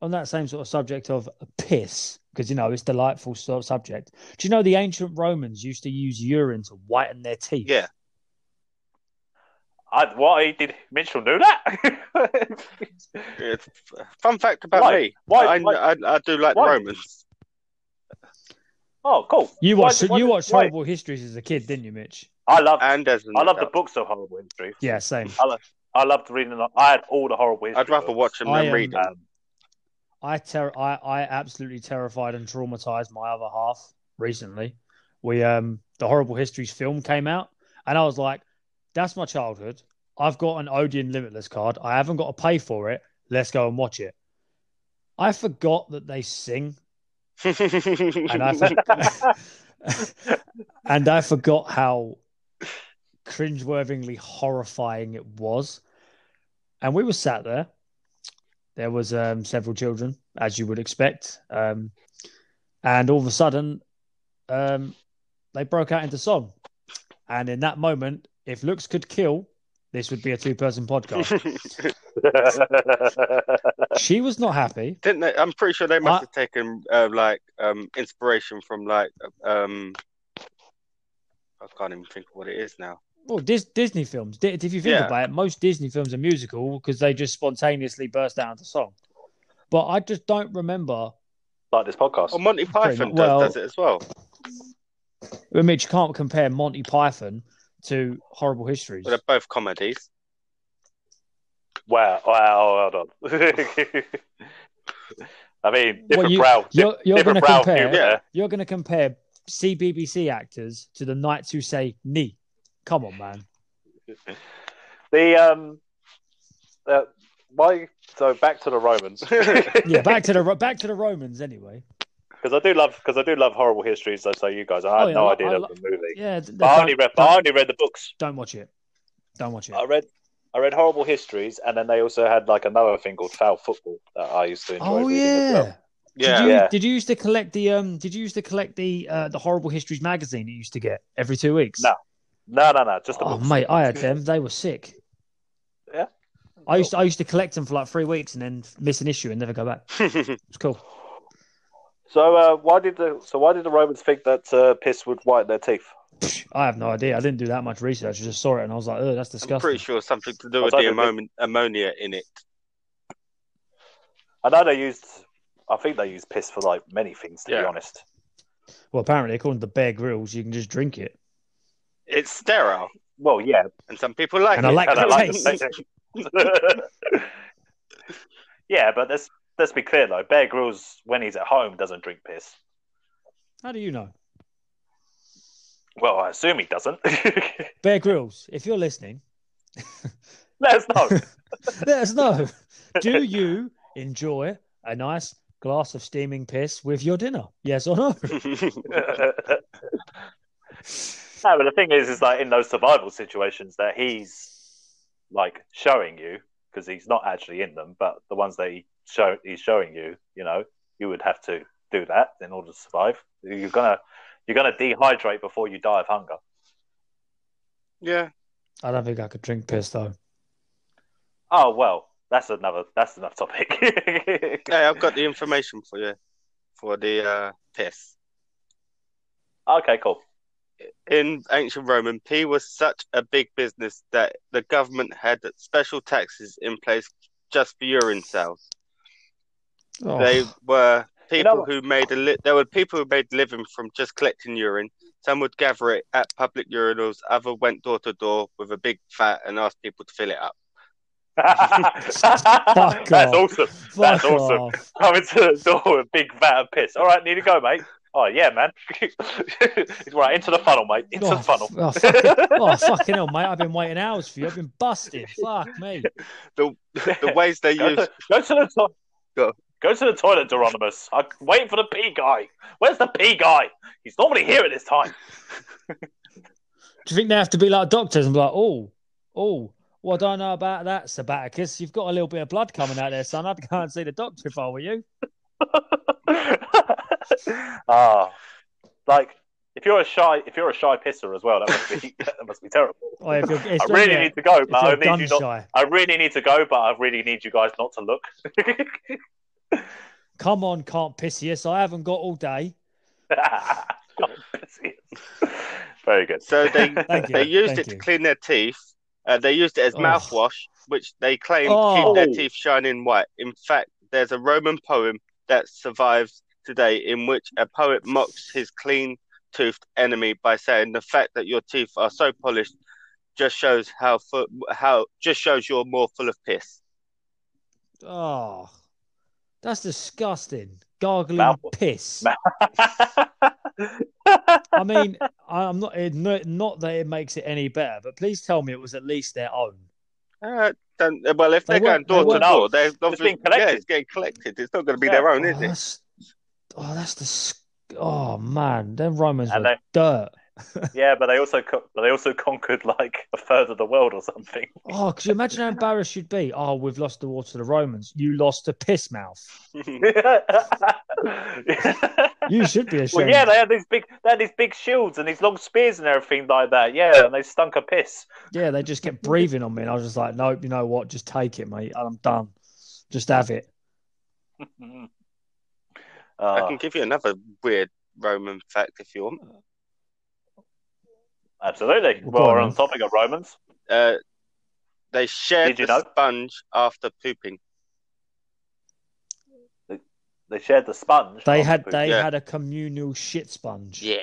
C: on that same sort of subject of piss, because you know it's delightful sort of subject. Do you know the ancient Romans used to use urine to whiten their teeth?
B: Yeah.
A: I, why did Mitchell do that?
B: Yeah, Fun fact about
A: Why?
B: me.
A: Why-
B: I,
A: why-
B: I, I do like
A: why?
B: the Romans.
A: oh, cool.
C: You
A: Why
C: watched
A: did- why
C: you
A: did-
C: watched
A: why-
C: horrible histories as a kid, didn't you, Mitch?
A: I love.
B: And as an
A: I love the
B: adult.
A: books of horrible history.
C: Yeah, same.
A: I loved reading. them. I had all the horrible history.
B: I'd rather
A: books.
B: watch them
C: I,
B: than
C: um,
B: read them.
A: Um,
C: I ter- I I absolutely terrified and traumatized my other half recently. We um the horrible histories film came out and I was like, that's my childhood. I've got an Odeon Limitless card. I haven't got to pay for it. Let's go and watch it. I forgot that they sing and I for- and I forgot how cringeworthingly horrifying it was. And we were sat there. There was um, several children, as you would expect, um, and all of a sudden, um, they broke out into song. And in that moment, if looks could kill, this would be a two-person podcast. she was not happy.
B: Didn't they? I'm pretty sure they must
C: I-
B: have taken uh, like um, inspiration from like um, I can't even think of what it is now.
C: well, Dis- Disney films. Di- If you think
B: Yeah.
C: about it, most Disney films are musical because they just spontaneously burst out into song. But I just don't remember.
A: like this podcast.
B: Or Oh, Monty Python does,
C: well-
B: does it as well.
C: I mean, you can't compare Monty Python to Horrible Histories.
B: But they're both comedies.
A: Wow, wow, hold on. I mean, different
C: Well, you-
A: brow,
C: You're, you're going
A: different
C: to
A: brow
C: compare.
A: view there.
C: You're going to compare CBBC actors to the knights who say knee. Come on, man.
A: The um, uh, why? So back to the Romans.
C: Yeah, back to the Ro- back to the Romans anyway.
A: Because I do love because I do love horrible histories. So, so you guys, I
C: Oh,
A: had
C: yeah,
A: no
C: I-
A: idea
C: I
A: of
C: lo-
A: the movie.
C: Yeah, th-
A: I
C: don't-
A: only read I
C: don't,
A: only read the books.
C: don't watch it. Don't watch it.
A: I read I read horrible histories, and then they also had like another thing called foul football that I used to enjoy.
C: Oh
A: reading as
C: yeah.
A: well.
B: Yeah.
C: Did you,
A: Yeah.
C: did you used to collect the um? Did you used to collect the uh, the horrible histories magazine you used to get every two weeks?
A: No, No, no, no, just the
C: Oh
A: books.
C: mate, I had them. They were sick.
A: Yeah?
C: I used to, I used to collect them for like three weeks and then miss an issue and never go back. It's cool.
A: So uh, why did the so why did the Romans think that uh, piss would whiten their teeth?
C: I have no idea. I didn't do that much research. I just saw it and I was like, oh, that's disgusting.
B: I'm pretty sure something to do
A: I
B: with
A: don't
B: the
A: think-
B: ammon- ammonia in it.
A: I know they used. I think they used piss for like many things. To be
B: Yeah.
A: honest,
C: Well, apparently, according to Bear Grylls, you can just drink it.
B: It's sterile,
A: well, yeah,
B: and some people like
C: And
B: it.
C: I like
A: and I
C: the
A: like
C: taste.
A: the taste. yeah, but let's let's be clear though. Bear Grylls, when he's at home, doesn't drink piss.
C: How do you know?
A: Well, I assume he doesn't.
C: Bear Grylls, if you're listening,
A: Let us know.
C: let us know. do you enjoy a nice glass of steaming piss with your dinner? Yes or no?
A: no, but the thing is, is like in those survival situations that he's like showing you because he's not actually in them, but the ones that he show he's showing you, you know, you would have to do that in order to survive. You're gonna you're gonna dehydrate before you die of hunger.
B: yeah,
C: I don't think I could drink piss though.
A: Oh well, that's another that's another topic.
B: hey, I've got the information for you for the uh, piss.
A: Okay, cool.
B: In ancient Roman, pee was such a big business that the government had special taxes in place just for urine sales.
C: Oh,
B: They were people
A: You know what?
B: who made a li- there were people who made a living from just collecting urine. Some would gather it at public urinals. Other went door to door with a big fat and asked people to fill it up.
A: that's
C: off.
A: awesome.
C: Fuck
A: that's awesome.
C: off.
A: coming to the door with a big vat of piss. All right, need to go, mate. Oh yeah, man. right into the funnel, mate. Into
C: Oh,
A: the funnel.
C: f- Oh, fucking, oh, fucking hell, mate. I've been waiting hours for you. I've been busted. Fuck me.
B: The ways they
A: go,
B: used
A: to, go to the toilet.
B: Go.
A: Go to the toilet, Geronimus. I'm waiting for the pee guy. Where's the pee guy? He's normally here at this time.
C: Do you think they have to be like doctors and be like, oh, oh, well, I don't know about that, Sabaticus. You've got a little bit of blood coming out there, son. I'd go and see the doctor if I were you.
A: Ah, like if you're a shy, if you're a shy pisser as well, that must be that must be terrible.
C: Or Oh, if you're, it's
A: I
C: like,
A: really
C: yeah,
A: need to go,
C: if
A: but I
C: you're
A: need
C: gun
A: you not.
C: shy.
A: I really need to go, but I really need you guys not to look.
C: Come on, can't piss yes. I haven't got all day.
A: Very good.
B: So they
C: Thank you.
B: they used
C: Thank
B: it to
C: you.
B: clean their teeth. Uh, they used it as
C: Oh.
B: mouthwash, which they claim
C: Oh.
B: keep their teeth shining white. In fact, there's a Roman poem that survives today in which a poet mocks his clean toothed enemy by saying, "The fact that your teeth are so polished just shows how full, how just shows you're more full of piss."
C: Oh, that's disgusting. Gargling
A: Mouth-
C: piss.
A: Mouth-
C: I mean, I'm not it, no, not that it makes it any better, but please tell me it was at least their own.
B: Uh, don't, well, if
C: They
B: they're going
C: weren't- they
B: door to
C: weren't-
B: door, they're obviously
A: being
B: yeah,
A: collected.
B: it's getting collected. It's not going to be
A: Yeah.
B: their own,
C: oh,
B: is it?
C: that's, oh, that's the. sc- Oh man, them Romans
A: And
C: were
A: they-
C: dirt.
A: yeah, but they also co- but they also conquered like a third of the world or something.
C: Oh, could you imagine how embarrassed you'd be? Oh, we've lost the war to the Romans. You lost to piss mouth.
A: well,
C: You should be ashamed.
A: yeah, they had these big they had these big shields and these long spears and everything like that. Yeah, and they stunk a piss.
C: Yeah, they just kept breathing on me, and I was just like, nope, you know what? Just take it, mate. I'm done. Just have it.
B: I
A: Uh,
B: can give you another weird Roman fact if you want.
A: Uh, Absolutely.
C: Well, go
A: well,
C: on
A: we're
C: then.
A: on the topic of Romans.
B: Uh, they shared
A: Did you
B: the
A: know?
B: sponge after pooping.
A: They shared the sponge.
C: They
A: Oh,
C: had
A: poop.
C: they
B: Yeah.
C: had a communal shit sponge.
B: Yeah.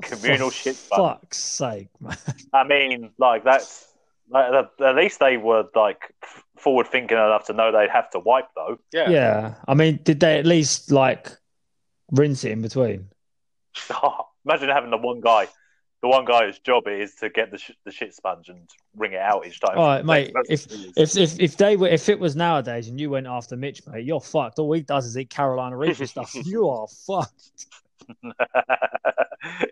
A: Communal
C: For
A: shit sponge.
C: Fuck's sake, man.
A: I mean, like that's like, that- at least they were like forward thinking enough to know they'd have to wipe though.
B: Yeah.
C: Yeah. I mean, did they at least like rinse it in between?
A: imagine having the one guy, the one guy whose job it is to get the, sh- the shit sponge and wring it out each time.
C: All right, mate.
A: That's-
C: If if if if they were if it was nowadays and you went after Mitch, mate, you're fucked. All he does is eat Carolina Reaper stuff. You are fucked.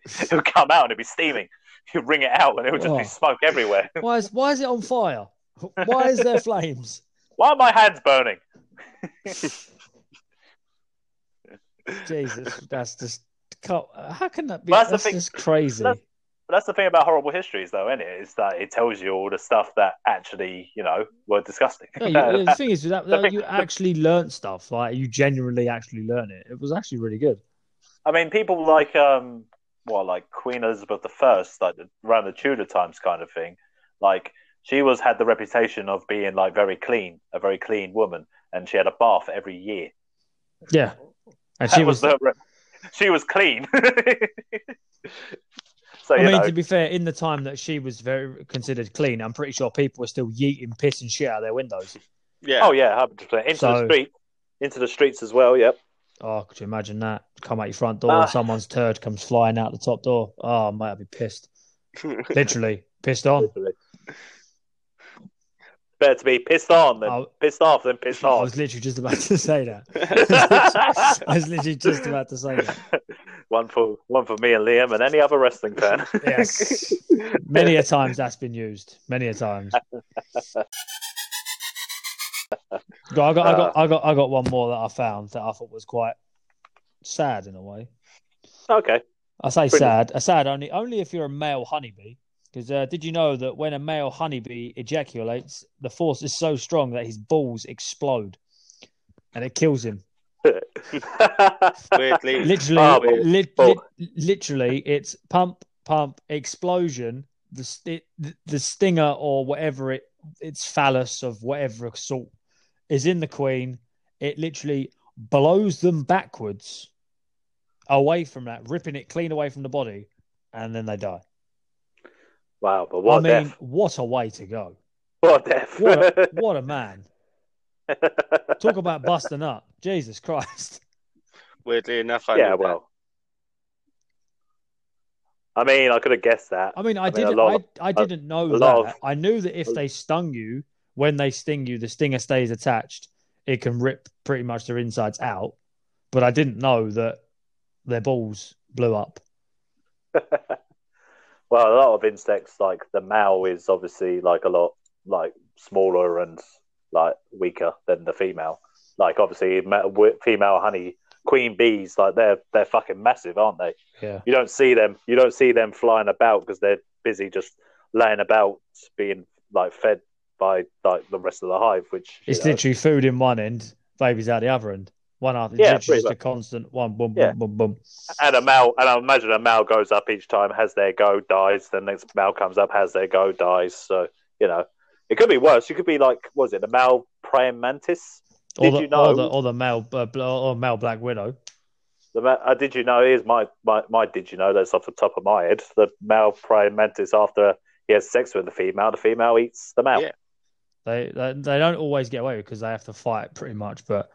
A: it would come out and it'd be steaming. You'd wring it out and it would just
C: Oh.
A: be smoke everywhere.
C: Why is why is it on fire? Why is there flames?
A: Why are my hands burning?
C: Jesus, that's just co- how can that be?
A: Well, that's
C: That's,
A: the thing-
C: just crazy.
A: that's- But that's the thing about horrible histories, though, isn't it? Is that it tells you all the stuff that actually, you know, were disgusting.
C: No, you- the
A: That-
C: thing is, with that,
A: the
C: that
A: thing-
C: you
A: the-
C: actually learnt stuff. Like you genuinely actually learn it. It was actually really good.
A: I mean, people like, um, well, like Queen Elizabeth I, like around the Tudor times, kind of thing. Like she was had the reputation of being like very clean, a very clean woman, and she had a bath every year.
C: Yeah, and
A: That
C: she was.
A: the re- she was clean. so
C: I
A: you
C: mean,
A: know,
C: to be fair, in the time that she was very considered clean, I'm pretty sure people were still yeeting piss and shit out of their windows.
B: Yeah.
A: oh yeah, hundred percent into the
C: So-
A: street, into the streets as well. Yep.
C: Oh, could you imagine that? Come out your front door,
A: Ah.
C: someone's turd comes flying out the top door. Oh, mate, I'd be pissed.
A: Oh.
C: Literally pissed on.
A: Literally. Better to be pissed on than
C: I,
A: pissed off than pissed
C: Oh. I
A: on.
C: was literally just about to say that. I was literally just about to say that.
A: one for one for me and Liam and any other wrestling fan.
C: Yes. Many a times that's been used. Many a times. Go, I got, I got, I got, I got one more that I found that I thought was quite sad in a way.
A: okay.
C: I say
A: Brilliant.
C: sad. A sad only only if you're a male honeybee. Because uh, did you know that when a male honeybee ejaculates, the force is so strong that his balls explode, and it kills him.
B: Weirdly.
C: Literally,
A: Oh,
C: li-
A: balls.
C: li- literally, it's pump, pump, explosion. The, st- the stinger or whatever it its phallus of whatever sort is in the queen. It literally blows them backwards, away from that, ripping it clean away from the body, and then they die.
A: wow, but what
C: I mean,
A: death?
C: what a way to go!
A: What death?
C: What a, what a man! Talk about busting up, Jesus Christ!
B: Weirdly enough, I
A: yeah,
B: knew
A: well. I mean, I could have guessed that.
C: I mean, I
A: mean, a
C: didn't,
A: lot
C: I,
A: of-
C: I didn't know
A: a
C: that.
A: lot of-
C: I knew that if they stung you, when they sting you, the stinger stays attached. It can rip pretty much their insides out, but I didn't know that their balls blew up.
A: well, a lot of insects, like the male, is obviously like a lot like smaller and like weaker than the female. Like obviously, ma- wi- female honey queen bees, like they're they're fucking massive, aren't they?
C: Yeah,
A: You don't see them. You don't see them flying about because they're busy just laying about, being like fed by like the rest of the hive. Which you
C: it's
A: know,
C: literally food in one end, babies out the other end. One after,
A: Yeah,
C: yeah, it's
A: pretty
C: just a
A: much.
C: constant one, boom,
A: Yeah.
C: boom, boom, boom.
A: and a male, and I imagine a male goes up each time, has their go, dies. The next male comes up, has their go, dies. So you know, it could be worse. You could be like, what was it the male praying mantis?
C: Or
A: Did
C: the,
A: you
C: or
A: know-
C: the or the male uh, bl- or male black widow?
A: The ma- uh, did you know? Here's my, my my did you know? That's off the top of my head. The male praying mantis after he has sex with the female, the female eats the male.
B: Yeah.
C: They they, they don't always get away because they have to fight pretty much. But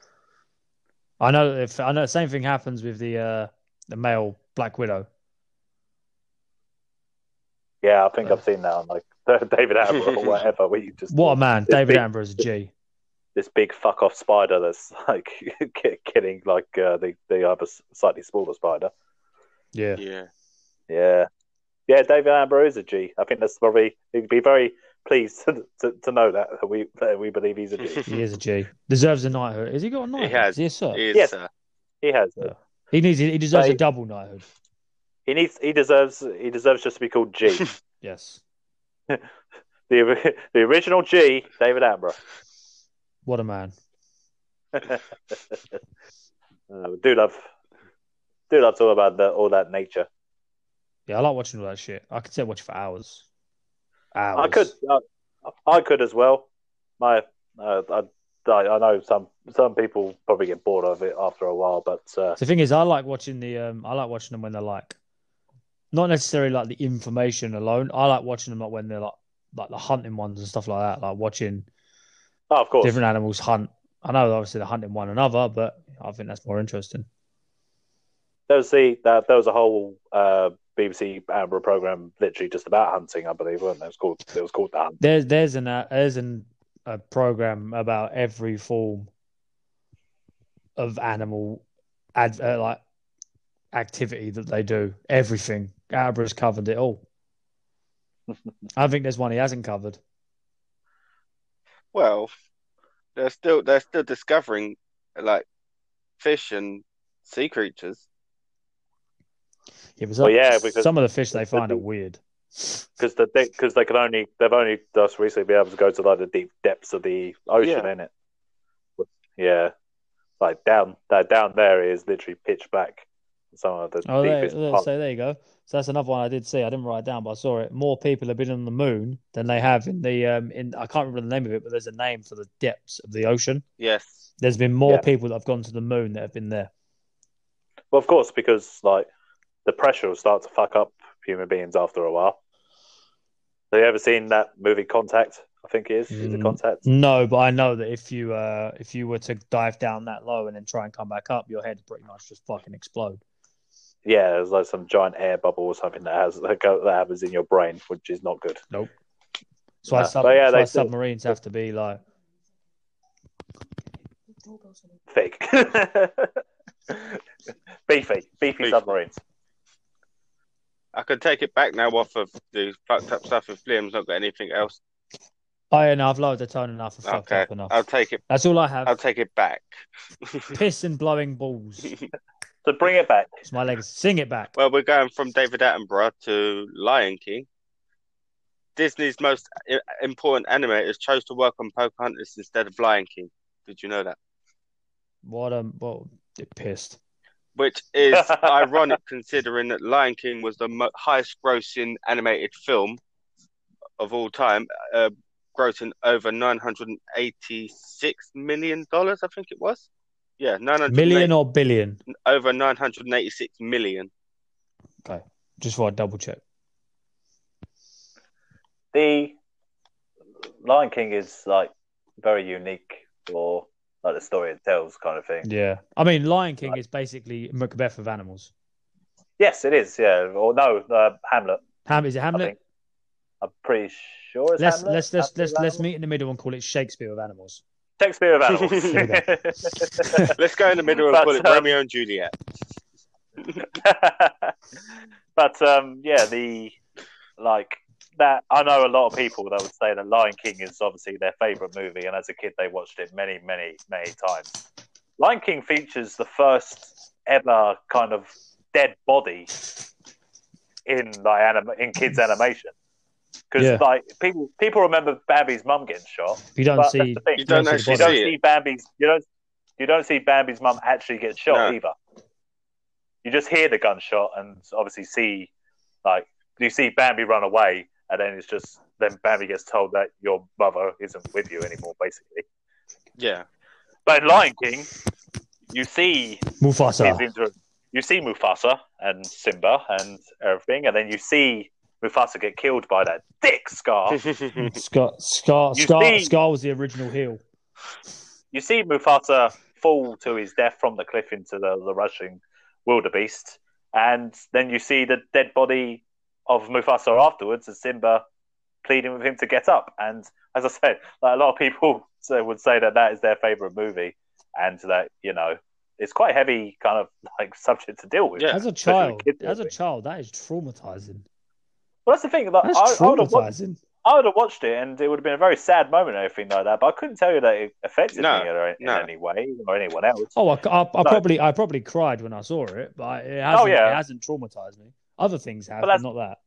C: I know that if I know the same thing happens with the uh, the male Black Widow.
A: Yeah, I think I've seen that on like David Attenborough or whatever. Where you just
C: What a man!
A: It's
C: David
A: big.
C: Amber is a G.
A: this big fuck off spider that's like ki- kidding like uh, the the other s- slightly smaller spider.
C: Yeah.
B: that. Yeah.
A: Yeah, yeah. David Attenborough is a G. I think that's probably he'd be very pleased to to, to know that, that we that we believe he's a G.
C: He is a G. Deserves a knighthood. Has he got a knighthood?
B: has.
C: Is he a sir?
B: He is,
A: Yes.
B: uh,
A: he has.
C: He needs. He deserves
A: They-
C: a double knighthood.
A: He needs. He deserves. He deserves just to be called G.
C: Yes.
A: the ori- the original G, David Attenborough.
C: What a man.
A: Uh, we do love do love talking about the, all that nature.
C: Yeah, I like watching all that shit. I could sit and watch for hours. Hours.
A: I could, uh, I could as well. My, uh, I, I I know some some people probably get bored of it after a while, but uh,
C: The thing is, I like watching the um, I like watching them when they're like, not necessarily like the information alone. I like watching them like when they're like like the hunting ones and stuff like that. Like watching
A: oh, of course,
C: different animals hunt. I know obviously they're hunting one another, but I think that's more interesting.
A: there was the that there was a whole uh, BBC Amber program literally just about hunting, I believe, wasn't it? It was called it was called the Hunt.
C: There's there's an uh, there's an a program about every form of animal ad, uh, like activity that they do. Everything. Attenborough's covered it all. I think there's one he hasn't covered.
B: Well, they're still they're still discovering like fish and sea creatures.
C: Yeah, but some,
A: Well, yeah, because-
C: some of the fish they find are weird.
A: because the because they can only they've only just recently been able to go to like the deep depths of the ocean,
B: Yeah.
A: in it. Yeah, like down that down there is literally pitch black. Some of the
C: Oh, there,
A: deepest
C: there,
A: parts.
C: so there you go. So that's another one I did see. I didn't write it down, but I saw it. More people have been on the moon than they have in the um in I can't remember the name of it, but there's a name for the depths of the ocean.
B: Yes.
C: There's been more
A: Yeah.
C: people that have gone to the moon that have been there.
A: Well, of course, because like the pressure will start to fuck up human beings after a while. Have you ever seen that movie Contact? I think it is. Is it
C: Mm.
A: Contact?
C: No, but I know that if you uh if you were to dive down that low and then try and come back up, your head pretty much just fucking explode.
A: Yeah, there's like some giant air bubble or something that has that, go, that happens in your brain, which is not good.
C: So why
A: Nah,
C: sub-
A: Ah, but yeah,
C: that's
A: they
C: why
A: still-
C: submarines have to be like
A: Fake, beefy, beefy
B: Beefy.
A: submarines.
B: I can take it back now off of the fucked up stuff if Liam's not got anything else.
C: Oh yeah, no, I've lowered the tone enough, I've fucked
B: Okay.
C: up enough.
B: I'll take it
C: That's all I have.
B: I'll take it back.
C: Piss and blowing balls.
A: So bring it back.
C: It's my legs. Sing it back.
B: Well, we're going from David Attenborough to Lion King. Disney's most i- important animators chose to work on Pocahontas instead of Lion King. Did you know that?
C: What um well it pissed.
B: Which is ironic considering that Lion King was the mo- highest grossing animated film of all time, uh, grossing over $986 million, I think it was. Yeah, 900
C: Million or billion?
B: over 986 million.
C: Just for a double check.
A: the Lion King is like very unique for like the story it tells kind of thing.
C: Yeah. I mean Lion King is basically Macbeth of animals.
A: Yes, it is. Yeah, or no, uh, Hamlet.
C: Ham is it
A: I
C: Hamlet?
A: think I'm pretty sure it's
C: Let's
A: Hamlet.
C: let's let's
A: Hamlet
C: let's let's
A: Hamlet?
C: meet in the middle and call it Shakespeare of animals.
A: Shakespeare of
C: There
A: animals.
B: Let's go in the middle and
A: But,
B: call it
A: um,
B: Romeo and Juliet.
A: but um, yeah, the like that. I know a lot of people that would say that Lion King is obviously their favorite movie, and as a kid, they watched it many, many, many times. Lion King features the first ever kind of dead body in like anim- in kids animation because
C: Yeah.
A: like people people remember Bambi's mum getting shot.
C: If you don't
A: But
C: see
A: that's the thing.
B: You don't
C: see the
B: actually
A: You
C: body.
A: don't
B: See it.
A: see Bambi's you don't you don't see Bambi's mum actually get shot
B: No.
A: either. You just hear the gunshot and obviously see like you see Bambi run away and then it's just then Bambi gets told that your mother isn't with you anymore, basically.
B: Yeah.
A: But in Lion King, you see
C: Mufasa.
A: his inter- you see Mufasa and Simba and everything, and then you see Mufasa get killed by that dick scar.
C: Scar Scar
A: You
C: Scar
A: see-
C: Scar was the original heel.
A: you see Mufasa fall to his death from the cliff into the, the rushing wildebeest, and then you see the dead body of Mufasa afterwards, and Simba pleading with him to get up. And as I said, like, a lot of people say, would say that that is their favorite movie, and that you know it's quite heavy kind of like subject to deal with.
B: Yeah.
C: As a
A: especially
C: child,
A: kids
C: as a
A: movie.
C: child, that is traumatizing.
A: Well, that's the thing. Like,
C: That's
A: I, I would have watched,
C: traumatizing.
A: I would have watched it, and it would have been a very sad moment and everything like that. But I couldn't tell you that it affected
B: No,
A: me or, in
B: no.
A: any way or anyone else.
C: Oh, I, I, I probably I probably cried when I saw it, but it hasn't,
A: Oh, yeah.
C: it hasn't traumatized me. Other things have,
A: But
C: but
A: that's-
C: not that.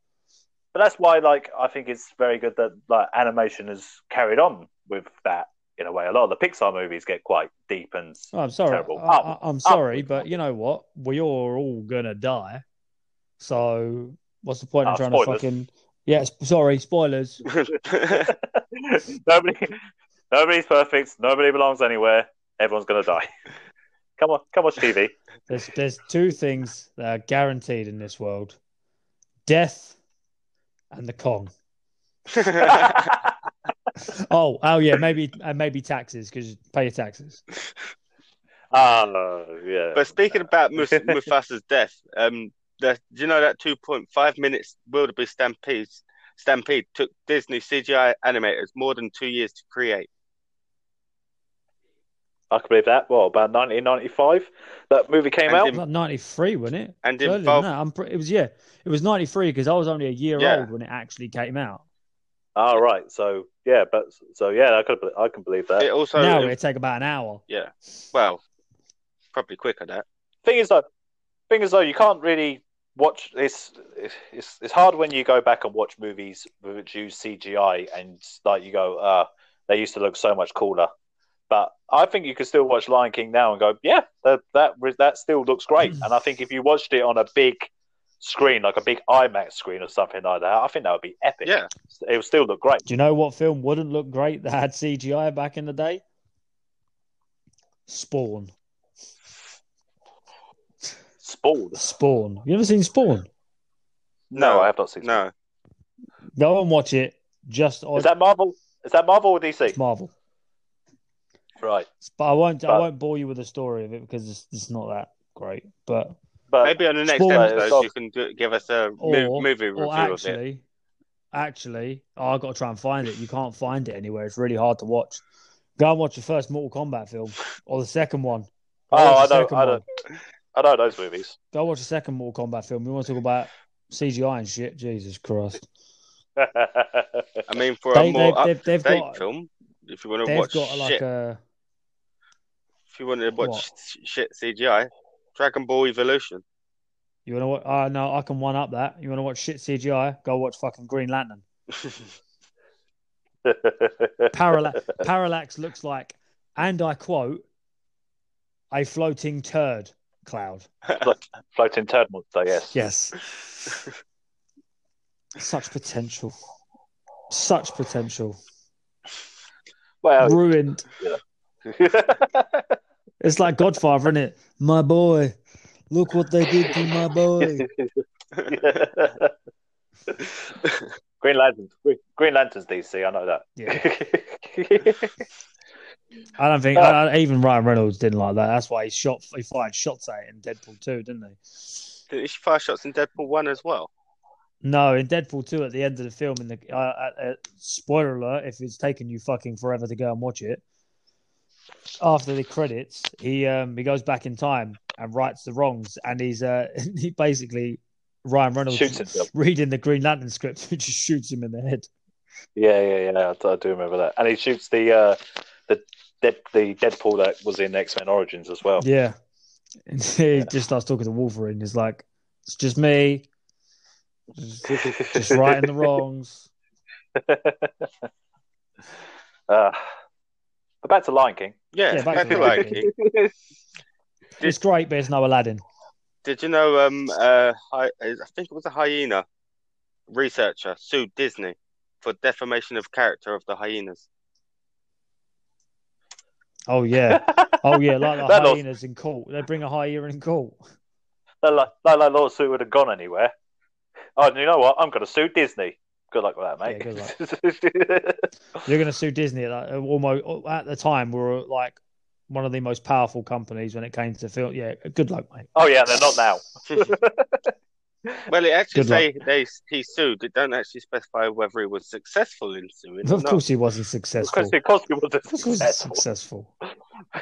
A: but that's why like i think it's very good that like animation has carried on with that in a way a lot of the pixar movies get quite deep and
C: Oh, I'm sorry.
A: Terrible.
C: I, I, I'm sorry,
A: Upward.
C: but you know what? We are all gonna die, so What's the point
A: Ah,
C: of trying to
A: spoilers.
C: fucking? Yeah, s- sorry, spoilers.
A: nobody, nobody's perfect. Nobody belongs anywhere. Everyone's gonna die. Come on, come watch TV.
C: There's there's two things that are guaranteed in this world: death and the Kong. Oh, oh yeah, maybe and maybe taxes because you pay your taxes.
A: Ah, yeah.
B: but speaking about Mus- Mufasa's death, um, the, do you know that 2.5 minutes wildebeest stampede stampede took Disney CGI animators more than two years to create?
A: I can believe that. Well, about 1995, that movie came
B: And
A: out.
B: in-
C: Not ninety three, wasn't it?
B: And
C: Earlier than
B: involved
C: that, I'm pre- it was yeah, it was ninety three because I was only a year
B: Yeah.
C: old when it actually came out.
A: Ah, right. So yeah, but so yeah, I could I can believe
C: Uh,
A: that.
B: it also
C: now it'd take about an hour.
B: yeah, well, probably quicker that.
A: thing is though, thing is though, you can't really watch this. It's it's hard when you go back and watch movies which use CGI and like you go, uh, they used to look so much cooler. But I think you can still watch Lion King now and go, yeah, that that that still looks great. and I think if you watched it on a big screen, like a big IMAX screen or something like that, I think that would be epic.
B: Yeah.
A: it would still look great.
C: Do you know what film wouldn't look great that had CGI back in the day? Spawn.
A: Spawn?
C: Spawn. You ever seen Spawn?
A: No,
B: No,
A: I have not seen.
B: No,
C: Go and watch it. Just
A: Spawn.
C: on
A: Is that Marvel? Is that Marvel or
C: it's
A: DC?
C: Marvel.
A: Right,
C: But I won't. I
A: But-
C: won't bore you with the story of it because it's, it's not that great. But
A: but
B: maybe on the next
C: Spawn-
B: episode you can do, give us a
C: Uh, or,
B: mo- movie review
C: or
B: of it.
C: actually, actually, oh, I got to try and find it. You can't find it anywhere. It's really hard to watch. Go and watch the first Mortal Kombat film or the second one. Go
A: Oh,
C: watch
A: I
C: the
A: know-
C: second
A: I know.
C: one.
A: I know those movies.
C: Go watch the second Mortal Kombat film. We want to talk about CGI and shit. Jesus Christ!
B: I mean, for
C: They,
B: a more
C: have they've, they've
B: update
C: got
B: film, if you want to
C: they've
B: watch
C: got like uh,
B: shit,
C: a
B: if you want to watch
C: What?
B: sh- shit CGI, Dragon Ball Evolution.
C: you want to watch. Oh, no, I can one up that. You want to watch shit CGI? Go watch fucking Green Lantern. Parallax, Parallax looks like, and I quote, a floating turd cloud.
A: Floating turd monster, yes.
C: Yes. Such potential. Such potential.
B: Oh.
A: Well,
C: Ruined. It's like Godfather, isn't it? My boy. Look what they did to my boy.
A: Green Lanterns, Green Lanterns DC. I know that.
C: Yeah. I don't
B: Uh.
C: think I, I- even Ryan Reynolds didn't like that. That's why he shot he fired shots at it in Deadpool 2, didn't he?
B: Did she fire shots in Deadpool One as well?
C: No, in Deadpool 2, at the end of the film, in the uh, uh, uh, spoiler alert, if it's taken you fucking forever to go and watch it, after the credits, he um he goes back in time and rights the wrongs, and he's uh he basically Ryan Reynolds
A: Shoots himself.
C: reading the Green Lantern script, which just shoots him in the head.
A: yeah, yeah, yeah. I, I do remember that. And he shoots the uh, the dead, the Deadpool that was in X Men Origins as well.
C: Yeah, and he just starts talking to Wolverine. He's like, "It's just me, just, just righting the wrongs."
A: Uh, but back to Lion King.
B: Yeah,
C: Yeah, back
B: happy
C: to the
B: like
C: Lion It's great, but it's no Aladdin.
B: Did you know? Um, uh, I, I think it was a hyena researcher sued Disney for defamation of character of the hyenas.
C: Oh yeah. Oh yeah, like the
A: That
C: hyenas in court. They bring a hyena in court.
A: That, la- that, that lawsuit would have gone anywhere. Oh, and you know what? I'm going to sue Disney. Good luck with that, mate.
C: You're going to sue Disney. Like, almost uh, at the time, we were like one of the most powerful companies when it came to film. Yeah, good luck, mate.
A: oh yeah, they're not now.
B: Well, it actually
C: Good
B: say they he sued. It don't actually specify whether he was successful in suing. or
C: Of
B: not.
C: course, he wasn't successful.
A: Because Cosby was a
C: Of course, he's
A: successful.
C: successful.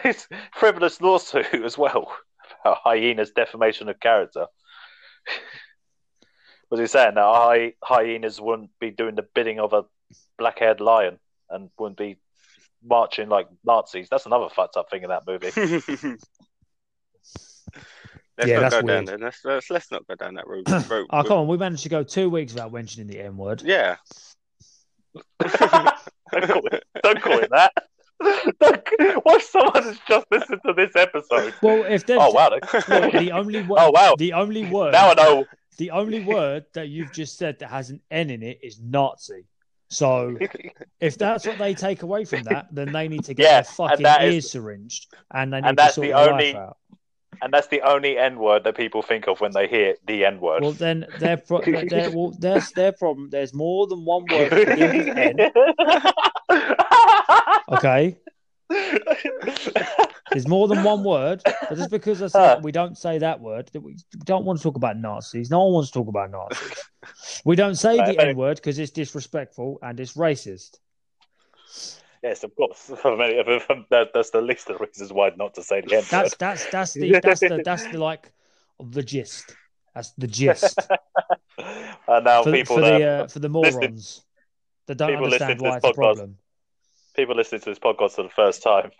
A: It's frivolous lawsuit as well. About hyena's defamation of character. Was he saying that hy- hyenas wouldn't be doing the bidding of a black-haired lion and wouldn't be marching like Nazis? That's another fucked up thing in that movie.
B: let's
C: Yeah,
B: not
C: that's
B: go down
C: weird.
B: there. Let's, let's let's not go down that road. road-
C: Oh, come on. We managed to go two weeks without mentioning the N word.
B: Yeah.
A: don't, call it, don't call it that. Don't, what if someone has just listened to this episode?
C: Well, if there's
A: Oh wow!
C: Look,
A: they-
C: the only word,
A: Oh wow!
C: the only word,
A: Now I know.
C: The only word that you've just said that has an N in it is Nazi. So if that's what they take away from that, then they need to get
A: Yeah,
C: their fucking
A: and that
C: ears
A: is-
C: syringed and they need
A: and that's
C: to sort
A: the
C: their
A: only-
C: life out.
A: and that's the only N word that people think of when they hear the N word.
C: Well, then their pro- their well, that's their problem. There's more than one word. that begins with N. Okay, there's more than one word. But just because I said
A: Huh.
C: we don't say that word, that we don't want to talk about Nazis. No one wants to talk about Nazis. We don't say
A: Right,
C: the
A: but-
C: N word because it's disrespectful and it's racist.
A: yes, of course. For many- for- for- that- that's the least of the reasons why not to say the N word.
C: That's that's that's the that's the that's the like the gist. That's the gist
A: And now
C: for,
A: people
C: for
A: that,
C: the uh, for the
A: listening-
C: morons that don't
A: people listening
C: understand
A: to
C: why
A: this
C: it's a
A: podcast.
C: problem.
A: people listening to this podcast for the first time,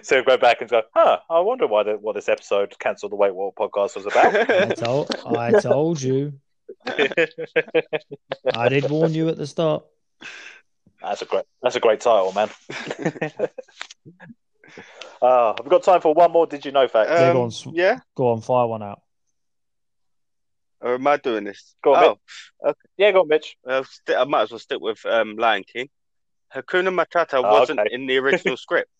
A: so go back and go, huh? I wonder why the, what this episode cancelled the Weight War podcast was about.
C: I told I told you. I did warn you at the start.
A: That's a great. That's a great title, man. uh, I've got time for one more. Did you know fact?
C: They're
B: Um,
C: going sw-
B: yeah,
C: Go on, fire one out.
B: or am I doing this?
A: Go on,
B: oh,
A: yeah, go on, Mitch.
B: well, st- Uh, I might as well stick with um, Lion King. Hakuna Matata
A: Oh,
B: wasn't
A: okay.
B: in the original script.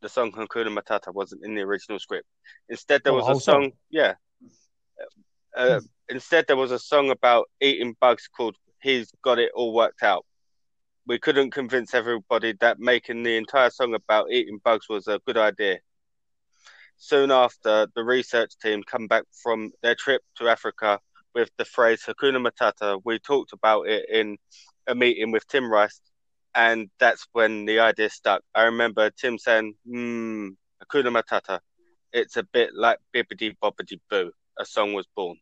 B: The song Hakuna Matata wasn't in the original script. Instead, there
C: Oh,
B: was
C: whole
B: a song. Yeah. Uh, instead, there was a song about eating bugs called "He's Got It All Worked Out." We couldn't convince everybody that making the entire song about eating bugs was a good idea. Soon after, the research team come back from their trip to Africa with the phrase Hakuna Matata. We talked about it in a meeting with Tim Rice, and that's when the idea stuck. I remember Tim saying, hmm, Hakuna Matata. It's a bit like Bibbidi Bobbidi Boo. A song was born.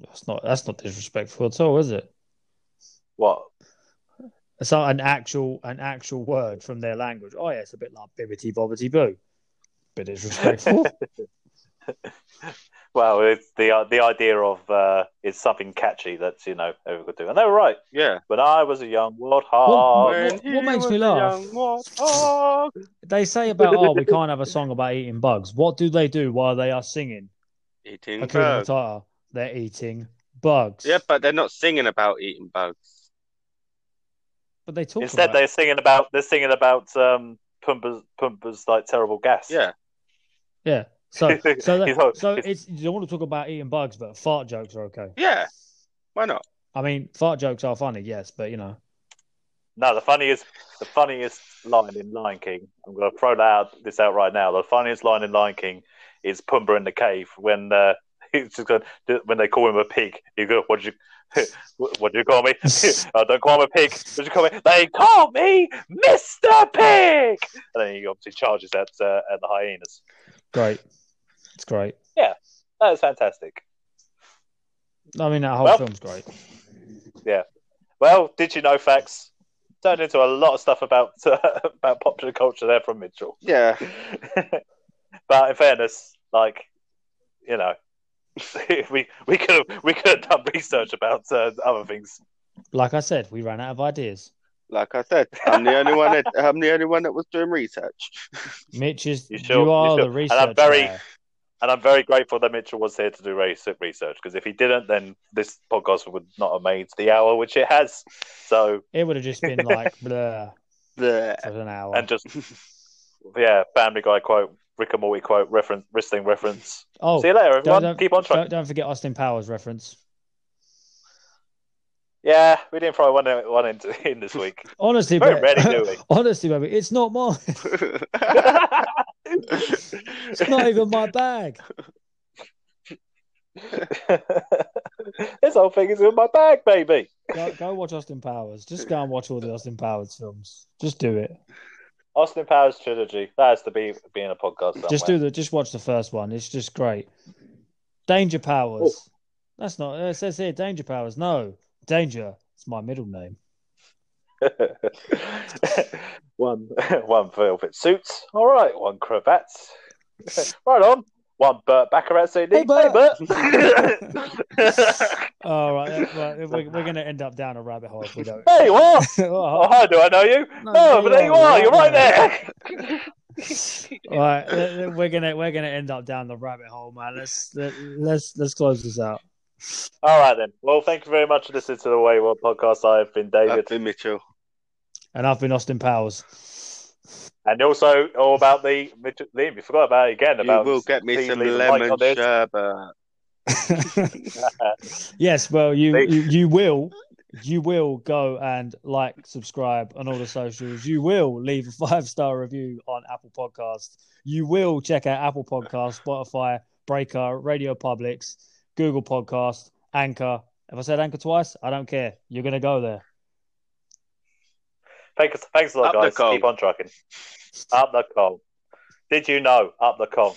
C: That's not that's not disrespectful at all, is it?
A: What?
C: It's not an actual an actual word from their language. Oh yeah, it's a bit like bibbity bobbity boo. Bit disrespectful.
A: Well, it's the the idea of uh, it's something catchy that you know everyone could do, and they were right.
B: Yeah.
A: When I was a young
C: Oh,
A: warthog,
C: When- what- what makes me laugh? they say about oh we can't have a song about eating bugs. What do they do while they are singing?
B: Eating
C: Akuna
B: bugs.
C: Matata. They're eating bugs.
B: Yeah, but they're not singing about eating bugs.
C: But they talk
A: instead
C: about
A: they're singing about they're singing about um, Pumbaa's Pumbaa's like terrible gas.
B: Yeah.
C: Yeah. So so
A: He's
C: that,
A: all-
C: so
A: he's-
C: it's you don't want to talk about eating bugs, but fart jokes are okay.
B: Yeah. Why not?
C: I mean, fart jokes are funny, yes, but you know,
A: No, the funniest the funniest line in Lion King. I'm going to throw that out, this out right now. The funniest line in Lion King is Pumbaa in the cave when uh, he's just going, when they call him a pig. You go, what did you? What do you call me? oh, don't call me a pig. What do you call me? They call me Mr. Pig. And then he obviously charges at uh, at the hyenas.
C: great. It's great.
A: That is fantastic.
C: I mean, that whole
A: Well-
C: film's great.
A: Well, did you know facts? Turned into a lot of stuff about about popular culture there from Mitchell.
B: Yeah.
A: but in fairness, like you know, we we could have we could have done research about uh, other things.
C: Like I said, we ran out of ideas.
B: Like I said, I'm the only one. That, I'm the only one that was doing research.
C: Mitch is
A: You
C: you,
A: sure- you
C: are
A: sure?
C: the
A: And
C: research.
A: I'm very-
C: guy.
A: And I'm very grateful that Mitchell was here to do race- research because if he didn't, then this podcast would not have made the hour which it has. So
C: It would have just been like blur
B: Bleh.
C: for an hour.
A: and just yeah, Family Guy quote, Rick and Morty quote, reference, wrestling reference.
C: oh,
A: See you later,
C: don't,
A: everyone.
C: don't,
A: Keep on trying.
C: don't, don't forget Austin Powers reference.
A: Yeah, we didn't throw one one in, in this week.
C: Honestly,
A: Very
C: but-
A: ready, do we?
C: honestly, baby, it's not mine. It's not even my bag.
A: this whole thing is in my bag, baby.
C: Go, go watch Austin Powers. Just go and watch all the Austin Powers films. Just do it.
A: Austin Powers trilogy. That has to be being a podcast. Somewhere.
C: Just do the. Just watch the first one. It's just great. Danger Powers. That's not. It says here Danger Powers. No, Danger. It's my middle name.
A: one one velvet suit. All right, one cravat. right on. One Burt Baccarat CD.
C: Hey, Bert.
A: Hey, Bert.
C: All right, that- right, we're, we're going to end up down a rabbit hole if we don't.
A: hey, what?
C: Oh,
A: Oh, how do I know you?
C: No,
A: oh, but there you are. You're right there.
C: All right, uh, we're gonna we're gonna end up down the rabbit hole, man. Let's let, let's let's close this out.
A: All right then. Well, thank you very much for listening to the Wayward podcast. I have been David,
B: I've been Mitchell.
C: And I've been Austin Powers.
A: and also all about the Mitch- Liam. You forgot about it again.
B: You
A: About
B: will get me
A: please
B: some
A: leave a like
B: lemon
A: on this.
B: sherbet.
C: yes, well, you,
A: Thanks.
C: you you will you will go and like, subscribe on all the socials. You will leave a five star review on Apple Podcasts. You will check out Apple Podcasts, Spotify, Breaker, Radio Publics, Google Podcasts, Anchor. If I said Anchor twice, I don't care. You're gonna go there.
A: Thanks, thanks a lot,
B: Up the
A: guys.
B: coal.
A: Keep on trucking. Up the call. Did you know? Up the call.